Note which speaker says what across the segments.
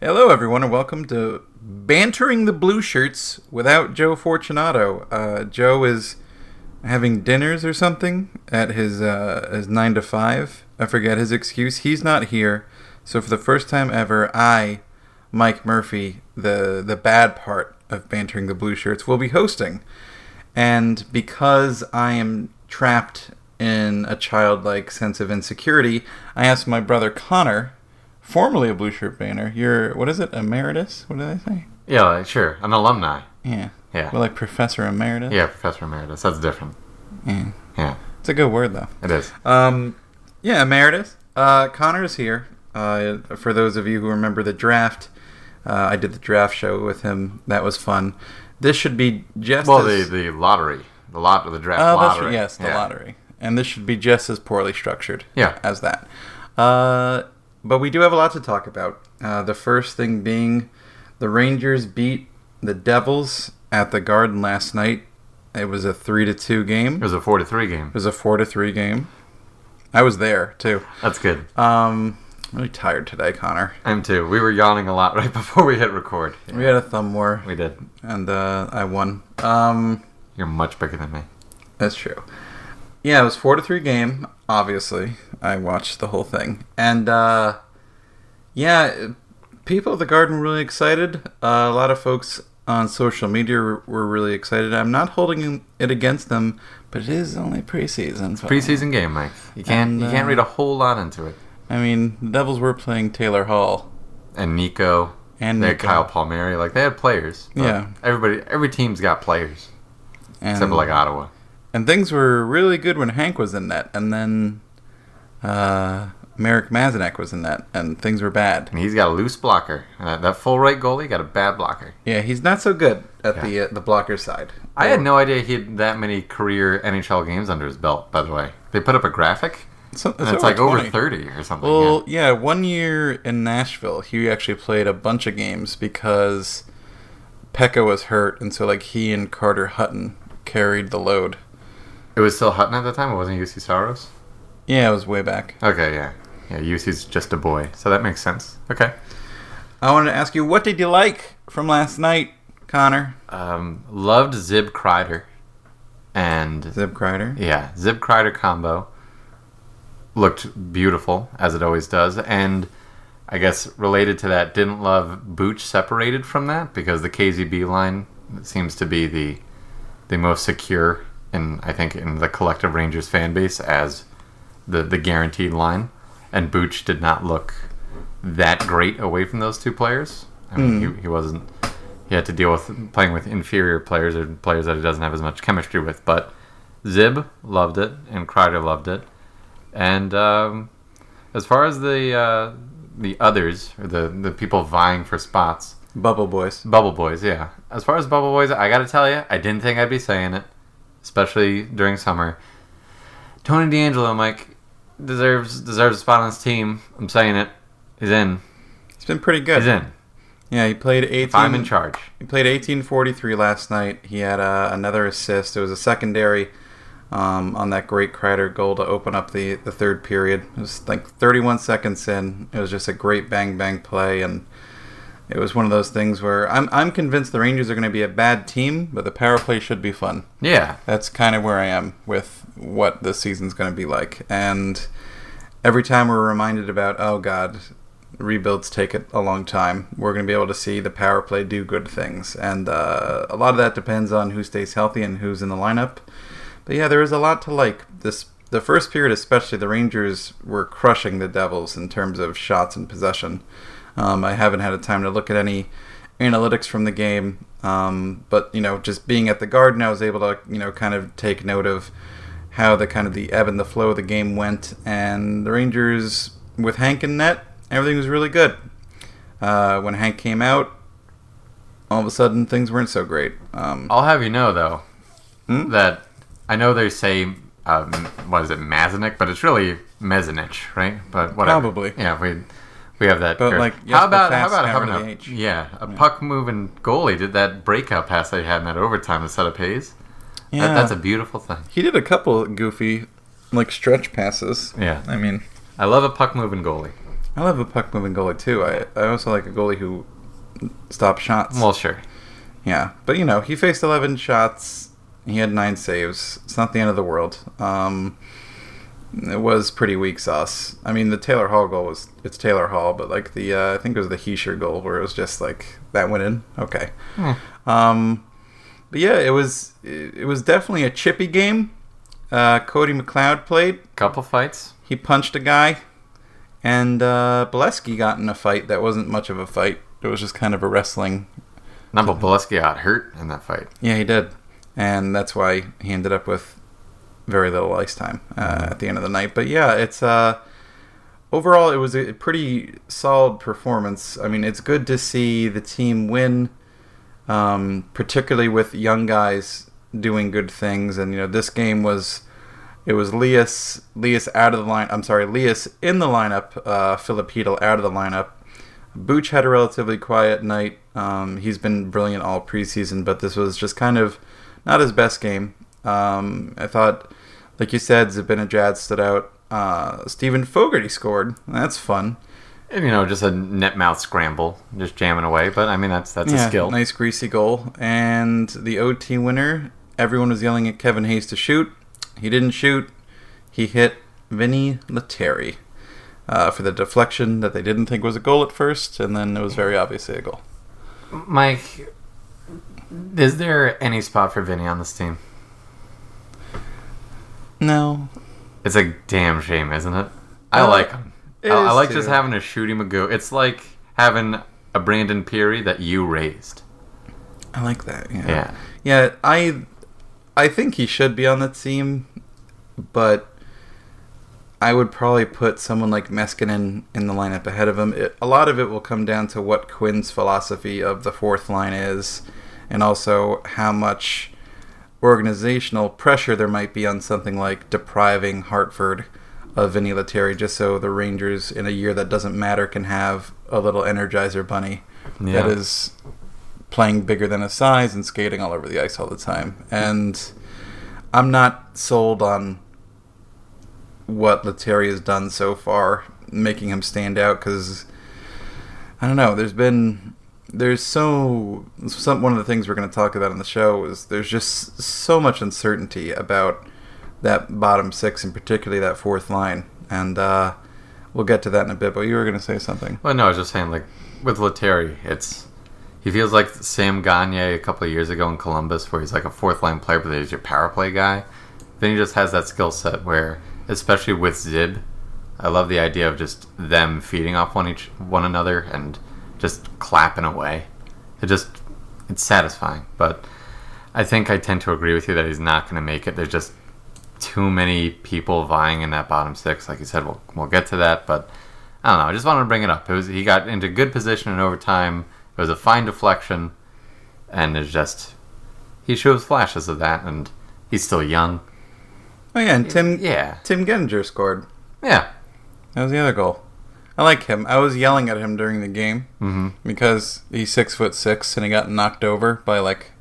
Speaker 1: Hello, everyone, and welcome to Bantering the Blue Shirts without Joe Fortunato. Uh, Joe is having dinners or something at his uh, his nine to five. I forget his excuse. He's not here, so for the first time ever, I, Mike Murphy, the the bad part of Bantering the Blue Shirts, will be hosting. And because I am trapped in a childlike sense of insecurity, I asked my brother Connor, formerly a blue shirt banner, you're what is it, emeritus? What did I say?
Speaker 2: Yeah, like, sure. An alumni.
Speaker 1: Yeah.
Speaker 2: Yeah.
Speaker 1: Well, like Professor Emeritus.
Speaker 2: Yeah, Professor Emeritus. That's different.
Speaker 1: Yeah.
Speaker 2: Yeah,
Speaker 1: It's a good word though.
Speaker 2: it is.
Speaker 1: Um, yeah, emeritus. Uh, Connor is here. Uh, for those of you who remember the draft, uh, I did the draft show with him. That was fun. This should be just
Speaker 2: Well, the,
Speaker 1: as
Speaker 2: the lottery. The lot the draft
Speaker 1: Oh, that's-
Speaker 2: lottery.
Speaker 1: yes, the
Speaker 2: yeah.
Speaker 1: lottery, and this should be just as poorly structured.
Speaker 2: Yeah.
Speaker 1: as that. Uh, but we do have a lot to talk about. Uh, the first thing being the Rangers beat the Devils at the Garden last night. It was a three to two game.
Speaker 2: It
Speaker 1: It
Speaker 2: was a 4 to 3 game.
Speaker 1: was a four to three game. I was there too.
Speaker 2: That's good.
Speaker 1: Um, I'm really tired today, Connor.
Speaker 2: I'm too. We were yawning a lot right before we hit record.
Speaker 1: We had a thumb war,
Speaker 2: We did.
Speaker 1: and uh, I won. Um,
Speaker 2: You're much bigger than me.
Speaker 1: That's true. Yeah, it was four to three game. Obviously, I watched the whole thing, and uh, yeah, people at the Garden were really excited. Uh, a lot of folks on social media were really excited. I'm not holding it against them, but it is only preseason. so-
Speaker 2: Preseason game, Mike. You can't
Speaker 1: And,
Speaker 2: you can't
Speaker 1: uh,
Speaker 2: read a whole lot into it.
Speaker 1: I mean, the Devils were playing Taylor Hall
Speaker 2: And Nico,
Speaker 1: and
Speaker 2: they had
Speaker 1: Nico,
Speaker 2: Kyle Palmieri, like they had players. but
Speaker 1: Yeah.
Speaker 2: Everybody every team's got players.
Speaker 1: and,
Speaker 2: except for like Ottawa.
Speaker 1: and things were really good when Hank was in net, and then uh, Merrick Mazanek was in net, and things were bad.
Speaker 2: And he's got a loose blocker. Uh, that full right goalie got a bad blocker.
Speaker 1: Yeah, he's not so good at
Speaker 2: Yeah.
Speaker 1: the uh, the blocker side.
Speaker 2: I had no idea he had that many career NHL games under his belt. By the way, they put up a graphic,
Speaker 1: So,
Speaker 2: and it's, like over
Speaker 1: 20.
Speaker 2: thirty or something.
Speaker 1: Well, yeah, one year in Nashville, he actually played a bunch of games because Pekka was hurt, and so like he and Carter Hutton carried the load.
Speaker 2: yeah. It was still Hutton at the time. It wasn't UC Soros.
Speaker 1: Yeah, it was way back.
Speaker 2: Okay, yeah, yeah. UC's just a boy, so that makes sense. Okay.
Speaker 1: I wanted to ask you, what did you like from last night, Connor?
Speaker 2: Um, loved Zib Kreider, and
Speaker 1: Zeb Kreider.
Speaker 2: yeah, Zib Kreider combo looked beautiful as it always does, and. I guess related to that, didn't love Booch separated from that because the KZB line seems to be the the most secure in I think in the collective Rangers fan base as the the guaranteed line. And Booch did not look that great away from those two players. I mean, he, he wasn't. He had to deal with playing with inferior players or players that he doesn't have as much chemistry with. But Zib loved it, and Kreider loved it. And um, as far as the uh, the others or the the people vying for spots,
Speaker 1: Bubble Boys.
Speaker 2: Bubble Boys, yeah. As far as Bubble Boys, I gotta tell you, I didn't think I'd be saying it, especially during summer. Tony D'Angelo, Mike, deserves deserves a spot on this team. I'm saying it. He's in.
Speaker 1: It's been pretty good.
Speaker 2: He's in.
Speaker 1: Yeah, he played 18
Speaker 2: If I'm in charge.
Speaker 1: He played 1843 last night. He had uh, another assist. It was a secondary um, on that great Kreider goal to open up the, the third period. It was like 31 seconds in. It was just a great bang bang play, and it was one of those things where I'm I'm convinced the Rangers are going to be a bad team, but the power play should be fun.
Speaker 2: Yeah.
Speaker 1: That's kind of where I am with what the season's going to be like, and every time we're reminded about oh god rebuilds take it a long time we're going to be able to see the power play do good things and uh, a lot of that depends on who stays healthy and who's in the lineup but yeah there is a lot to like this the first period especially the rangers were crushing the devils in terms of shots and possession um, i haven't had a time to look at any analytics from the game um, but you know just being at the garden i was able to you know kind of take note of how the kind of the ebb and the flow of the game went, and the Rangers with Hank in net, everything was really good. Uh, when Hank came out, all of a sudden things weren't so great. Um,
Speaker 2: I'll have you know though
Speaker 1: Hmm?
Speaker 2: that I know they say um, what is it Mazanik, but it's really Mezanich, right? But whatever.
Speaker 1: Probably.
Speaker 2: Yeah, we we have that.
Speaker 1: But,
Speaker 2: here.
Speaker 1: like, yes, but
Speaker 2: how about how
Speaker 1: fast
Speaker 2: about
Speaker 1: down
Speaker 2: having
Speaker 1: to the
Speaker 2: a
Speaker 1: H.
Speaker 2: yeah a puck moving goalie did that breakout pass they had in that overtime to set up Hayes.
Speaker 1: yeah,
Speaker 2: That, that's a beautiful thing.
Speaker 1: he did a couple goofy, like stretch passes.
Speaker 2: Yeah,
Speaker 1: I mean,
Speaker 2: I love a puck moving goalie.
Speaker 1: I love a puck moving goalie too. I, I also like a goalie who stops shots.
Speaker 2: Well, sure.
Speaker 1: yeah, but you know, he faced 11 shots. He had nine saves. It's not the end of the world. Um, it was pretty weak sauce. I mean, the Taylor Hall goal was it's Taylor Hall, but like the uh, I think it was the Heisher goal where it was just like that went in. Okay.
Speaker 2: Hmm.
Speaker 1: Um, but yeah, it was it, it was definitely a chippy game. Uh, Cody McLeod played.
Speaker 2: Couple fights.
Speaker 1: He punched a guy, and uh, Bolesky got in a fight that wasn't much of a fight. It was just kind of a wrestling.
Speaker 2: Number Boleski got hurt in that fight.
Speaker 1: Yeah, he did, and that's why he ended up with very little ice time uh, at the end of the night. But yeah, it's uh, overall it was a pretty solid performance. I mean, it's good to see the team win, um, particularly with young guys doing good things. And you know, this game was it was Leas Leas out of the line. I'm sorry, Leas in the lineup. Uh, Philip Hedel out of the lineup. Booch had a relatively quiet night. Um, he's been brilliant all preseason, but this was just kind of not his best game. Um, I thought, like you said, Zabinajad stood out. Uh, Stephen Fogarty scored. That's fun.
Speaker 2: And, you know, just a net mouth scramble, just jamming away. But I mean, that's that's a skill.
Speaker 1: Nice greasy goal. And the OT winner, everyone was yelling at Kevin Hayes to shoot. He didn't shoot. He hit Vinny Letteri uh, for the deflection that they didn't think was a goal at first, and then it was very obviously a goal.
Speaker 2: Mike, is there any spot for Vinny on this team?
Speaker 1: No.
Speaker 2: It's a damn shame, isn't it? I
Speaker 1: Uh,
Speaker 2: like him. I,
Speaker 1: it
Speaker 2: I
Speaker 1: is
Speaker 2: like
Speaker 1: too.
Speaker 2: just having to shoot him a go. It's like having a Brandon Peary that you raised.
Speaker 1: I like that. Yeah.
Speaker 2: Yeah.
Speaker 1: Yeah, I I think he should be on that team, but I would probably put someone like Meskinen in the lineup ahead of him. It, a lot of it will come down to what Quinn's philosophy of the fourth line is, and also how much organizational pressure there might be on something like depriving Hartford of Vinny Lettieri just so the Rangers in a year that doesn't matter can have a little energizer bunny
Speaker 2: Yeah.
Speaker 1: that is playing bigger than his size and skating all over the ice all the time. And I'm not sold on what Letary has done so far, making him stand out because I don't know. There's been there's so some one of the things we're going to talk about on the show is there's just so much uncertainty about that bottom six and particularly that fourth line, and uh, we'll get to that in a bit. But you were going to say something.
Speaker 2: Well, no, I was just saying, like with Letary, it's he feels like Sam Gagne a couple of years ago in Columbus, where he's like a fourth line player, but he's your power play guy. Then he just has that skill set where, especially with Zib, I love the idea of just them feeding off one each one another and just clapping away. It just it's satisfying, but I think I tend to agree with you that he's not going to make it. There's just too many people vying in that bottom six. Like you said, we'll, we'll get to that, but I don't know. I just wanted to bring it up. It was he got into good position in overtime. It was a fine deflection, and it's just he shows flashes of that, and he's still young.
Speaker 1: Oh yeah, and Tim
Speaker 2: Yeah,
Speaker 1: Tim Gettinger scored.
Speaker 2: yeah.
Speaker 1: That was the other goal. I like him. I was yelling at him during the game
Speaker 2: hmm
Speaker 1: because he's six foot six and he got knocked over by like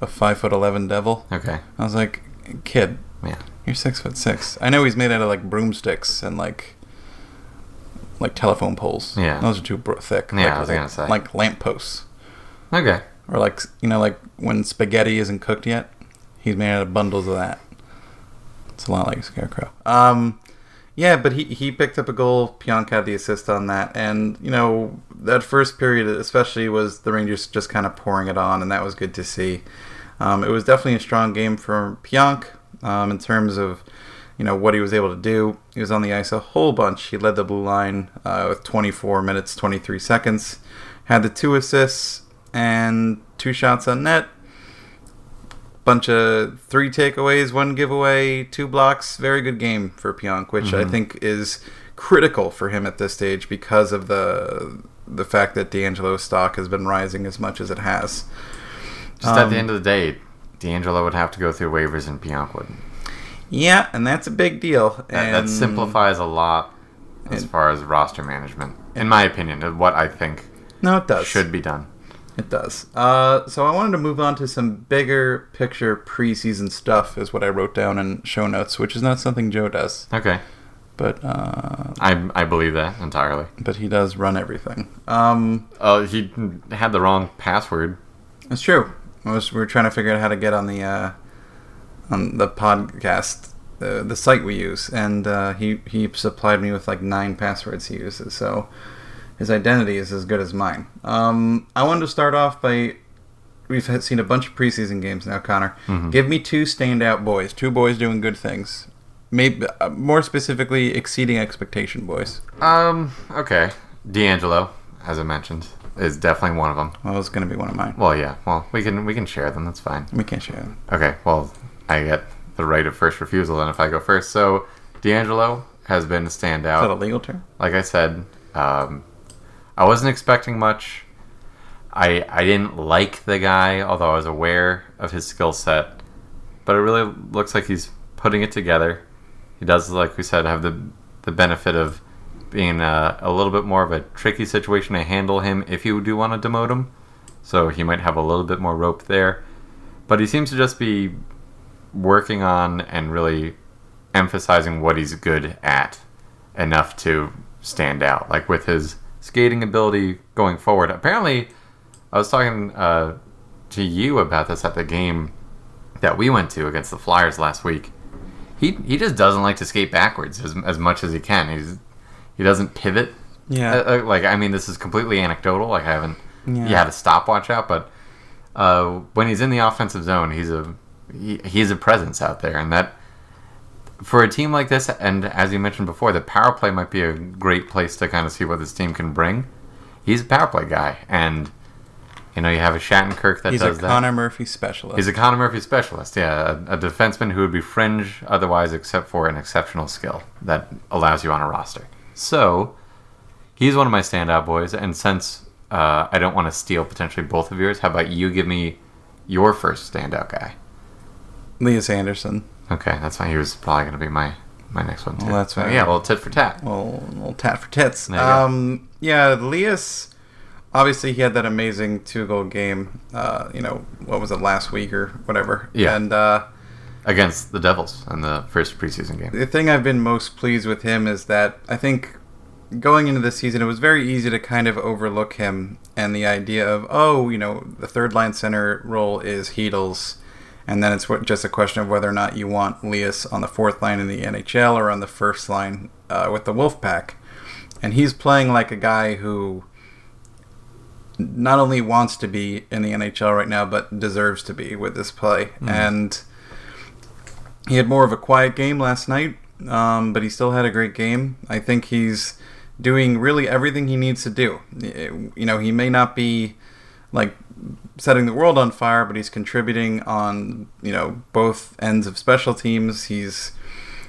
Speaker 1: a five foot eleven devil.
Speaker 2: Okay.
Speaker 1: I was like, kid,
Speaker 2: Yeah.
Speaker 1: you're six foot six. I know he's made out of like broomsticks and like like telephone poles.
Speaker 2: Yeah.
Speaker 1: those are too bro- thick.
Speaker 2: Yeah,
Speaker 1: like,
Speaker 2: I was
Speaker 1: like,
Speaker 2: gonna say.
Speaker 1: like lampposts
Speaker 2: Okay.
Speaker 1: or like you know like when spaghetti isn't cooked yet, he's made out of bundles of that. It's a lot like a scarecrow. Um, yeah, but he he picked up a goal. Pionk had the assist on that, and you know that first period especially was the Rangers just kind of pouring it on, and that was good to see. Um, it was definitely a strong game for Pionk um, in terms of you know what he was able to do. He was on the ice a whole bunch. He led the blue line uh, with 24 minutes 23 seconds, had the two assists and two shots on net. Bunch of three takeaways, one giveaway, two blocks. Very good game for Pionk, which
Speaker 2: Mhm.
Speaker 1: I think is critical for him at this stage because of the the fact that D'Angelo's stock has been rising as much as it has.
Speaker 2: Just at the
Speaker 1: Um,
Speaker 2: end of the day, D'Angelo would have to go through waivers, and Pionk would.
Speaker 1: Yeah, and that's a big deal.
Speaker 2: That,
Speaker 1: and
Speaker 2: that simplifies a lot as
Speaker 1: and-
Speaker 2: far as roster management, in my opinion, of what I think
Speaker 1: No, it does.
Speaker 2: should be done.
Speaker 1: It does. Uh, so I wanted to move on to some bigger picture preseason stuff, is what I wrote down in show notes, which is not something Joe does.
Speaker 2: Okay.
Speaker 1: But uh,
Speaker 2: I I believe that entirely.
Speaker 1: but he does run everything. Um,
Speaker 2: Oh, he had the wrong password.
Speaker 1: it's true. I was, we were trying to figure out how to get on the uh, on the podcast the the site we use, and uh, he he supplied me with like nine passwords he uses. So his identity is as good as mine. Um, I wanted to start off by we've had seen a bunch of preseason games now, Connor.
Speaker 2: Mm-hmm.
Speaker 1: Give me two standout boys, two boys doing good things. Maybe uh, more specifically, exceeding expectation boys.
Speaker 2: Um. Okay. D'Angelo, as I mentioned, is definitely one of them.
Speaker 1: Well, it's going to be one of mine.
Speaker 2: Well, yeah. Well, we can we can share them. That's fine.
Speaker 1: We can't share them.
Speaker 2: Okay. Well, I get the right of first refusal then if I go first. So D'Angelo has been a
Speaker 1: Is that a
Speaker 2: standout.
Speaker 1: legal term?
Speaker 2: Like I said, um, I wasn't expecting much. I I didn't like the guy, although I was aware of his skill set. But it really looks like he's putting it together. He does, like we said, have the the benefit of being a, a little bit more of a tricky situation to handle him if you do want to demote him. So he might have a little bit more rope there. But he seems to just be working on and really emphasizing what he's good at enough to stand out. Like with his skating ability going forward. Apparently, I was talking uh, to you about this at the game that we went to against the Flyers last week. He, he just doesn't like to skate backwards as, as much as he can. He's he doesn't pivot.
Speaker 1: Yeah.
Speaker 2: Uh, uh, like I mean, this is completely anecdotal. Like I haven't
Speaker 1: Yeah.
Speaker 2: yeah. had a stopwatch out, but uh, when he's in the offensive zone, he's a he, he's a presence out there, and that for a team like this, and as you mentioned before, the power play might be a great place to kind of see what this team can bring. He's a power play guy, and you know you have a Shattenkirk that
Speaker 1: He's a
Speaker 2: uh, does that.
Speaker 1: Connor Murphy specialist.
Speaker 2: He's a Connor Murphy specialist, yeah, a, a defenseman who would be fringe otherwise, except for an exceptional skill that allows you on a roster. So, he's one of my standout boys. And since uh, I don't want to steal potentially both of yours, how about you give me your first standout guy?
Speaker 1: Leah Anderson.
Speaker 2: Okay, that's fine. He was probably going to be my my next one too.
Speaker 1: Well, that's
Speaker 2: So,
Speaker 1: fine.
Speaker 2: yeah, well, tit for tat.
Speaker 1: Well, little tat for tits.
Speaker 2: There you go.
Speaker 1: Um, yeah, Leas. Obviously, he had that amazing two-goal game. Uh, you know, what was it last week or whatever?
Speaker 2: Yeah.
Speaker 1: And uh,
Speaker 2: Against the Devils in the first preseason game.
Speaker 1: the thing I've been most pleased with him is that I think going into the season, it was very easy to kind of overlook him and the idea of, oh, you know, the third line center role is Heedles. And then it's what- just a question of whether or not you want Leas on the fourth line in the NHL or on the first line uh, with the Wolfpack. And he's playing like a guy who not only wants to be in the NHL right now, but deserves to be with this play. And he had more of a quiet game last night, um, but he still had a great game. I think he's doing really everything he needs to do. Y- You know, he may not be like setting the world on fire, but he's contributing on you know both ends of special teams. He's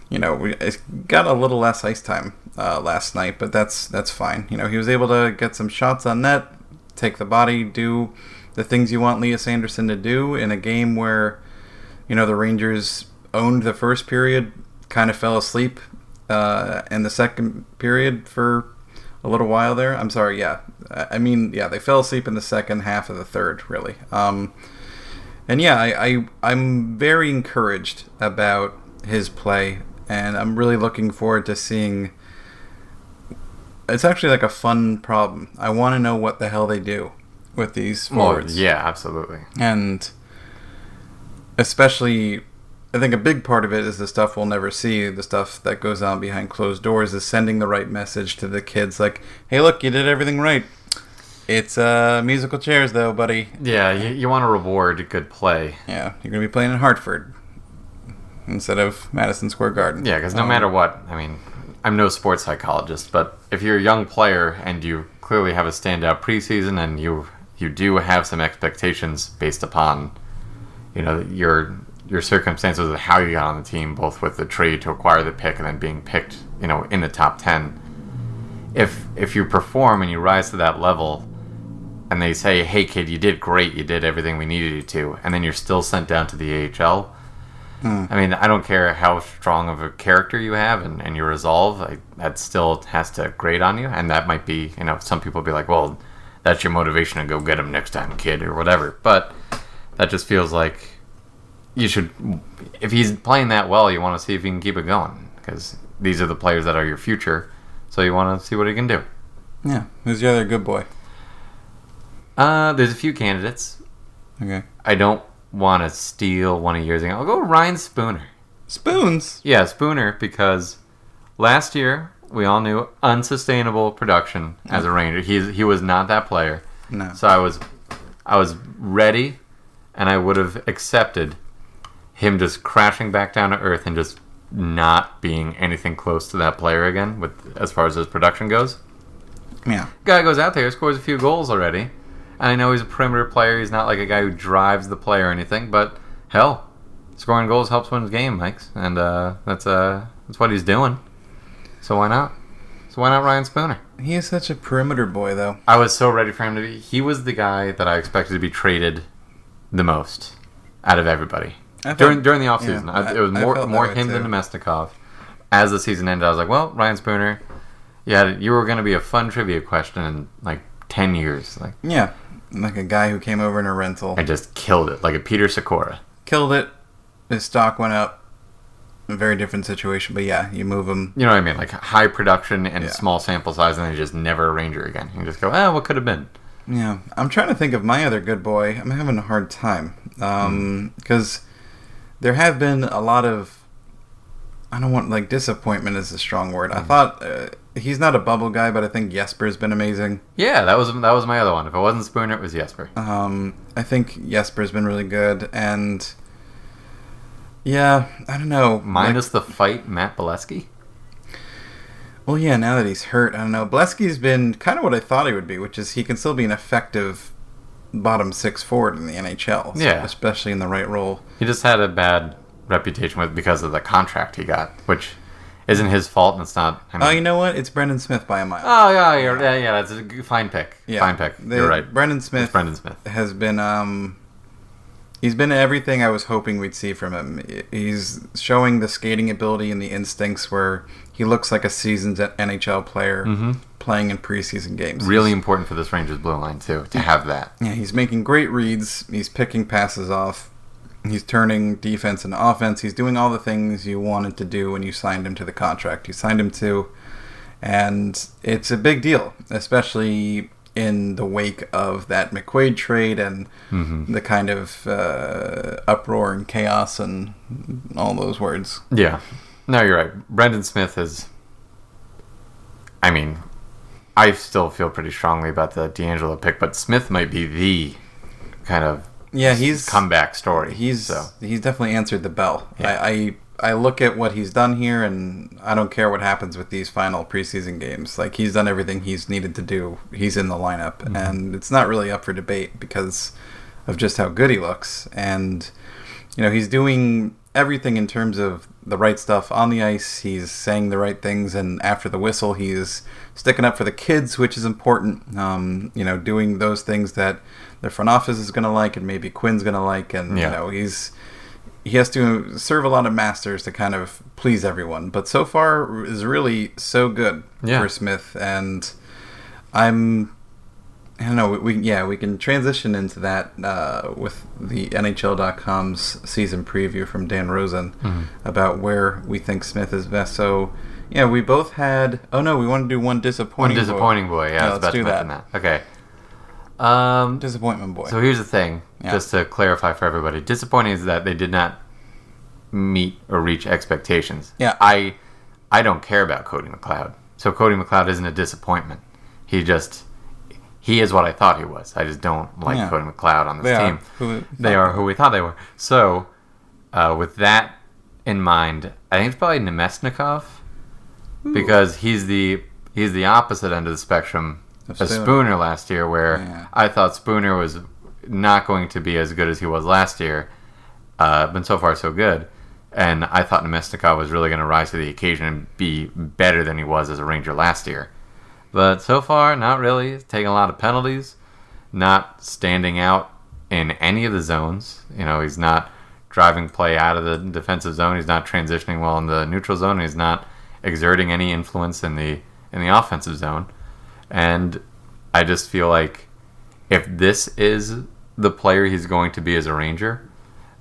Speaker 1: you know we- he's got a little less ice time uh, last night, but that's that's fine. You know, he was able to get some shots on net, take the body, do the things you want Leah Sanderson to do in a game where you know the Rangers owned the first period, kind of fell asleep uh, in the second period for a little while there. I'm sorry, yeah, I I mean, yeah, they fell asleep in the second half of the third, really. Um, and yeah, I, I I'm very encouraged about his play, and I'm really looking forward to seeing. It's actually like a fun problem. I want to know what the hell they do with these
Speaker 2: Well,
Speaker 1: forwards
Speaker 2: yeah, absolutely.
Speaker 1: and especially i think a big part of it is the stuff we'll never see the stuff that goes on behind closed doors is sending the right message to the kids like hey look you did everything right it's uh musical chairs though buddy
Speaker 2: Yeah, you, you want to reward good play.
Speaker 1: yeah you're gonna be playing in hartford instead of madison square garden
Speaker 2: Yeah, because no
Speaker 1: Um,
Speaker 2: matter what, I mean, I'm no sports psychologist, but if you're a young player and you clearly have a standout preseason and you you do have some expectations based upon, you know, your your circumstances of how you got on the team, both with the trade to acquire the pick and then being picked, you know, in the top ten. If if you perform and you rise to that level, and they say, "Hey, kid, you did great. You did everything we needed you to," and then you're still sent down to the AHL. I mean, I don't care how strong of a character you have and, and your resolve, like, that still has to grade on you. And that might be, you know, some people be like, well, that's your motivation to go get him next time, kid, or whatever. But that just feels like you should, if he's playing that well, you want to see if he can keep it going. Because these are the players that are your future. So you want to see what he can do.
Speaker 1: Yeah. Who's the other good boy?
Speaker 2: Uh, there's a few candidates.
Speaker 1: Okay.
Speaker 2: I don't want to steal one of yours. I'll go Ryan Spooner.
Speaker 1: Spoons.
Speaker 2: Yeah, Spooner, because last year we all knew unsustainable production as a Ranger. He's, he was not that player.
Speaker 1: No.
Speaker 2: So I was, I was ready, and I would have accepted him just crashing back down to earth and just not being anything close to that player again, with as far as his production goes.
Speaker 1: Yeah.
Speaker 2: Guy goes out there, scores a few goals already, and I know he's a perimeter player. He's not like a guy who drives the play or anything, but hell, scoring goals helps win his game, Mike's, and uh, that's uh, that's what he's doing. So why not? So why not Ryan Spooner?
Speaker 1: He is such a perimeter boy, though.
Speaker 2: I was so ready for him to be. He was the guy that I expected to be traded the most out of everybody
Speaker 1: I thought-
Speaker 2: during during the offseason.
Speaker 1: yeah,
Speaker 2: I, it was
Speaker 1: I- I
Speaker 2: more
Speaker 1: felt that
Speaker 2: more
Speaker 1: way,
Speaker 2: him than
Speaker 1: too.
Speaker 2: Domestikov. As the season ended, I was like, "Well, Ryan Spooner, yeah, you were going to be a fun trivia question in like ten years. Like,
Speaker 1: Yeah. Like a guy who came over in a rental,
Speaker 2: I just killed it, like a Peter Sikora.
Speaker 1: killed it. His stock went up. A very different situation, but yeah, you move him.
Speaker 2: You know what I mean? Like high production and
Speaker 1: Yeah.
Speaker 2: small sample size, and then just never a Ranger again. You just go, ah, what could have been?
Speaker 1: Yeah, I'm trying to think of my other good boy. I'm having a hard time because there have been a lot of. I don't want like disappointment is a strong word. I thought uh, he's not a bubble guy, but I think Jesper's been amazing.
Speaker 2: Yeah, that was that was my other one. If it wasn't Spooner, it was Jesper.
Speaker 1: Um, I think Jesper's been really good, and yeah, I don't know. Like-
Speaker 2: Minus the fight, Matt Bolesky.
Speaker 1: Well, yeah, now that he's hurt, I don't know. Blesky's been kind of what I thought he would be, which is he can still be an effective bottom six forward in the NHL.
Speaker 2: Yeah.
Speaker 1: Especially in the right role.
Speaker 2: He just had a bad reputation with because of the contract he got, which isn't his fault, and it's not. I
Speaker 1: Oh,
Speaker 2: mean,
Speaker 1: you know what? It's Brendan Smith by a mile.
Speaker 2: oh yeah, you're, yeah, yeah, that's a g- fine pick.
Speaker 1: yeah.
Speaker 2: Fine pick.
Speaker 1: The-
Speaker 2: you're right.
Speaker 1: Brendan
Speaker 2: It's
Speaker 1: Smith
Speaker 2: Brendan Smith.
Speaker 1: has been, um, he's been everything I was hoping we'd see from him. He's showing the skating ability and the instincts where he looks like a seasoned NHL player playing in preseason games.
Speaker 2: Mm-hmm. Really important for this Rangers blue line too to have that.
Speaker 1: Yeah, he's making great reads. He's picking passes off. He's turning defense into offense. He's doing all the things you wanted to do when you signed him to the contract. You signed him to, and it's a big deal, especially in the wake of that McQuaid trade and the kind of uh, uproar and chaos and all those words.
Speaker 2: Yeah. No, you're right. Brendan Smith is. I mean, I still feel pretty strongly about the D'Angelo pick, but Smith might be the kind of
Speaker 1: Yeah, he's
Speaker 2: comeback story.
Speaker 1: He's
Speaker 2: so.
Speaker 1: he's definitely answered the bell.
Speaker 2: Yeah.
Speaker 1: I, I I look at what he's done here, and I don't care what happens with these final preseason games. Like he's done everything he's needed to do. He's in the lineup,
Speaker 2: Mm-hmm.
Speaker 1: and it's not really up for debate because of just how good he looks. And you know he's doing everything in terms of the right stuff on the ice. He's saying the right things, and after the whistle, he's sticking up for the kids, which is important. Um, you know, doing those things that the front office is going to like, and maybe Quinn's going to like, and
Speaker 2: Yeah.
Speaker 1: you know he's he has to serve a lot of masters to kind of please everyone. But so far is really so good
Speaker 2: Yeah.
Speaker 1: for Smith, and I'm. I don't know. We, we yeah, we can transition into that uh, with the NHL.com's season preview from Dan Rosen
Speaker 2: Mm-hmm.
Speaker 1: about where we think Smith is best. So yeah, we both had. Oh no, we want to do one disappointing.
Speaker 2: One disappointing boy. Yeah,
Speaker 1: Yeah,
Speaker 2: I
Speaker 1: let's
Speaker 2: was about to
Speaker 1: do
Speaker 2: mention that. Okay. Um,
Speaker 1: boy. disappointment boy.
Speaker 2: so here's the thing,
Speaker 1: Yeah.
Speaker 2: just to clarify for everybody. Disappointing is that they did not meet or reach expectations.
Speaker 1: Yeah.
Speaker 2: I I don't care about Cody McLeod. So Cody McLeod isn't a disappointment. He just he is what I thought he was. I just don't like
Speaker 1: Yeah.
Speaker 2: Cody McLeod on this
Speaker 1: they are.
Speaker 2: team. They are who we thought they were. So, uh, with that in mind, I think it's probably Nemesnikov because he's the he's the opposite end of the spectrum
Speaker 1: Of
Speaker 2: as
Speaker 1: Spooner.
Speaker 2: Spooner last year, where
Speaker 1: Yeah.
Speaker 2: I thought Spooner was not going to be as good as he was last year, uh, but so far so good. And I thought Nemesnikov was really going to rise to the occasion and be better than he was as a Ranger last year. But so far, not really. He's Taking a lot of penalties, not standing out in any of the zones. You know, he's not driving play out of the defensive zone. He's not transitioning well in the neutral zone. He's not exerting any influence in the in the offensive zone. And I just feel like if this is the player he's going to be as a Ranger,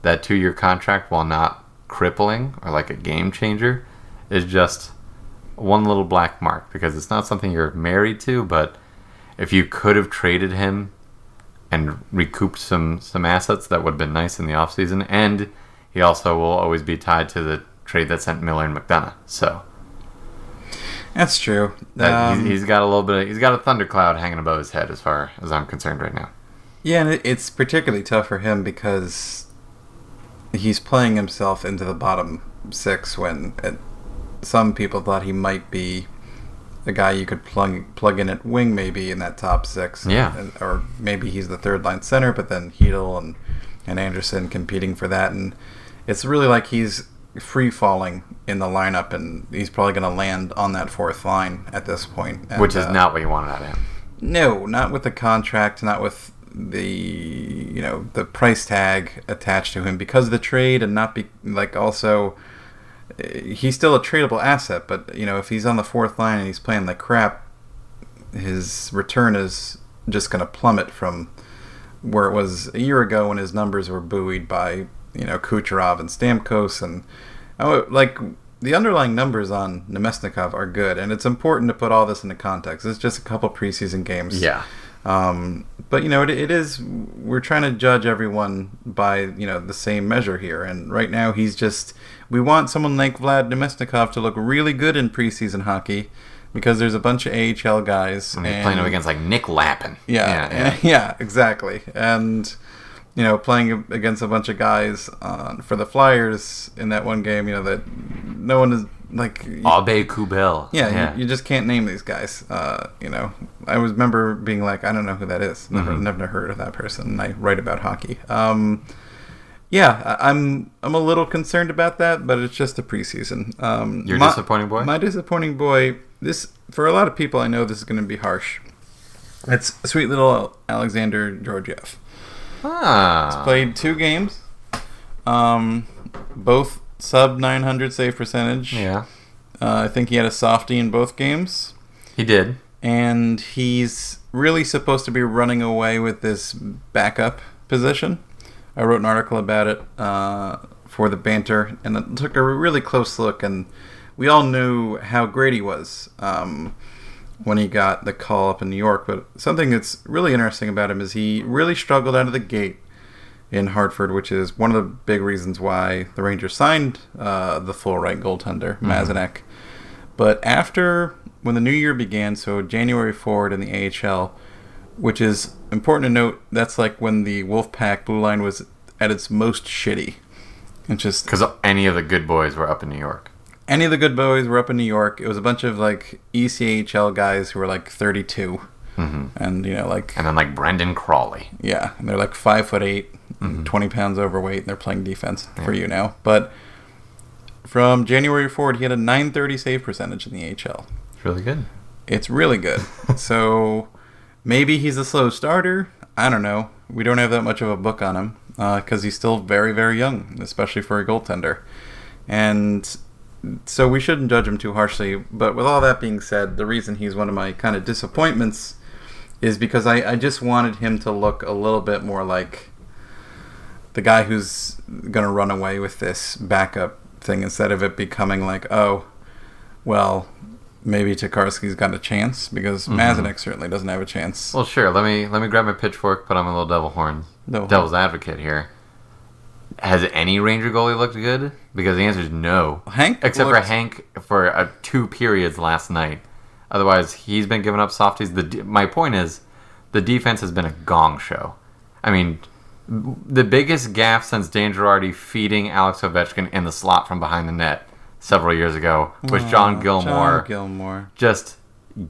Speaker 2: that two year contract, while not crippling or like a game changer, is just one little black mark because it's not something you're married to, but if you could have traded him and recouped some some assets, that would have been nice in the offseason. And he also will always be tied to the trade that sent Miller and McDonough. So
Speaker 1: That's true.
Speaker 2: that,
Speaker 1: Um,
Speaker 2: he's, he's got a little bit. Of, he's got a thundercloud hanging above his head, as far as I'm concerned right now.
Speaker 1: Yeah, and it, it's particularly tough for him because he's playing himself into the bottom six when it, some people thought he might be a guy you could plug plug in at wing maybe in that top six.
Speaker 2: Yeah.
Speaker 1: And- or maybe he's the third line center, but then Heedle and and Anderson competing for that, and it's really like he's free falling in the lineup, and he's probably going to land on that fourth line at this point, and,
Speaker 2: Which is
Speaker 1: uh,
Speaker 2: not what you wanted out of him.
Speaker 1: no, not with the contract, not with the you know the price tag attached to him because of the trade, and not be like also uh, he's still a tradable asset. But you know if he's on the fourth line and he's playing like crap, his return is just going to plummet from where it was a year ago when his numbers were buoyed by you know Kucherov and Stamkos and oh like the underlying numbers on Nemesnikov are good and it's important to put all this into context. It's just a couple preseason games.
Speaker 2: Yeah.
Speaker 1: Um, but you know, it, it is we're trying to judge everyone by you know the same measure here, and right now he's just we want someone like Vlad Domestikov to look really good in preseason hockey because there's a bunch of AHL guys
Speaker 2: And he's playing him against like Nick Lappin.
Speaker 1: yeah, yeah,
Speaker 2: yeah.
Speaker 1: yeah, exactly. And you know, playing against a bunch of guys uh, for the Flyers in that one game, you know that no one is like you-
Speaker 2: Abe Kubel.
Speaker 1: yeah, You, you just can't name these guys. Uh, you know, I was remember being like, I don't know who that is. Never,
Speaker 2: Mm-hmm.
Speaker 1: never heard of that person. And I write about hockey. Um, yeah, I, I'm I'm a little concerned about that, but it's just the preseason. Um,
Speaker 2: Your disappointing boy?
Speaker 1: My disappointing boy. This for a lot of people, I know this is going to be harsh. It's sweet little Alexander Georgiev
Speaker 2: Ah.
Speaker 1: played two games, um, both sub 900 save percentage.
Speaker 2: Yeah.
Speaker 1: Uh, I think he had a softie in both games
Speaker 2: He did.
Speaker 1: and he's really supposed to be running away with this backup position. I wrote an article about it uh, for the banter, and it took a really close look, and we all knew how great he was um, when he got the call up in New York. But something that's really interesting about him is he really struggled out of the gate in Hartford, which is one of the big reasons why the Rangers signed uh, the full right goaltender, Mazenek. But after when the new year began, so January forward in the AHL, which is important to note, that's like when the Wolfpack blue line was at its most shitty. And just
Speaker 2: Because any of the good boys were up in New York.
Speaker 1: any of the good boys were up in New York. It was a bunch of like E ECHL guys who were like 32, and you know like
Speaker 2: And then like Brendan Crawley.
Speaker 1: yeah, and they're like five foot 8 and twenty pounds overweight, and they're playing defense for you now. But from January forward, he had a 930 save percentage in the AHL.
Speaker 2: It's really good.
Speaker 1: It's really good. so maybe he's a slow starter. I don't know. We don't have that much of a book on him because he's still very, very young, especially for a goaltender. And so we shouldn't judge him too harshly. But with all that being said, the reason he's one of my kind of disappointments is because I, I just wanted him to look a little bit more like the guy who's going to run away with this backup thing instead of it becoming like, oh, well, maybe Tokarski's got a chance because Mazenek certainly doesn't have a chance.
Speaker 2: Mm-hmm. Well, sure. Let me let me grab my pitchfork, but I'm a little devil horn,
Speaker 1: No.
Speaker 2: devil's advocate here. Has any Ranger goalie looked good? Because the answer is no.
Speaker 1: Hank
Speaker 2: Except
Speaker 1: looked-
Speaker 2: for Hank for uh, two periods last night. Otherwise, he's been giving up softies. The de- my point is, the defense has been a gong show. I mean, the biggest gaff since Dan Girardi feeding Alex Ovechkin in the slot from behind the net several years ago was John Gilmore
Speaker 1: Oh, John Gilmore.
Speaker 2: just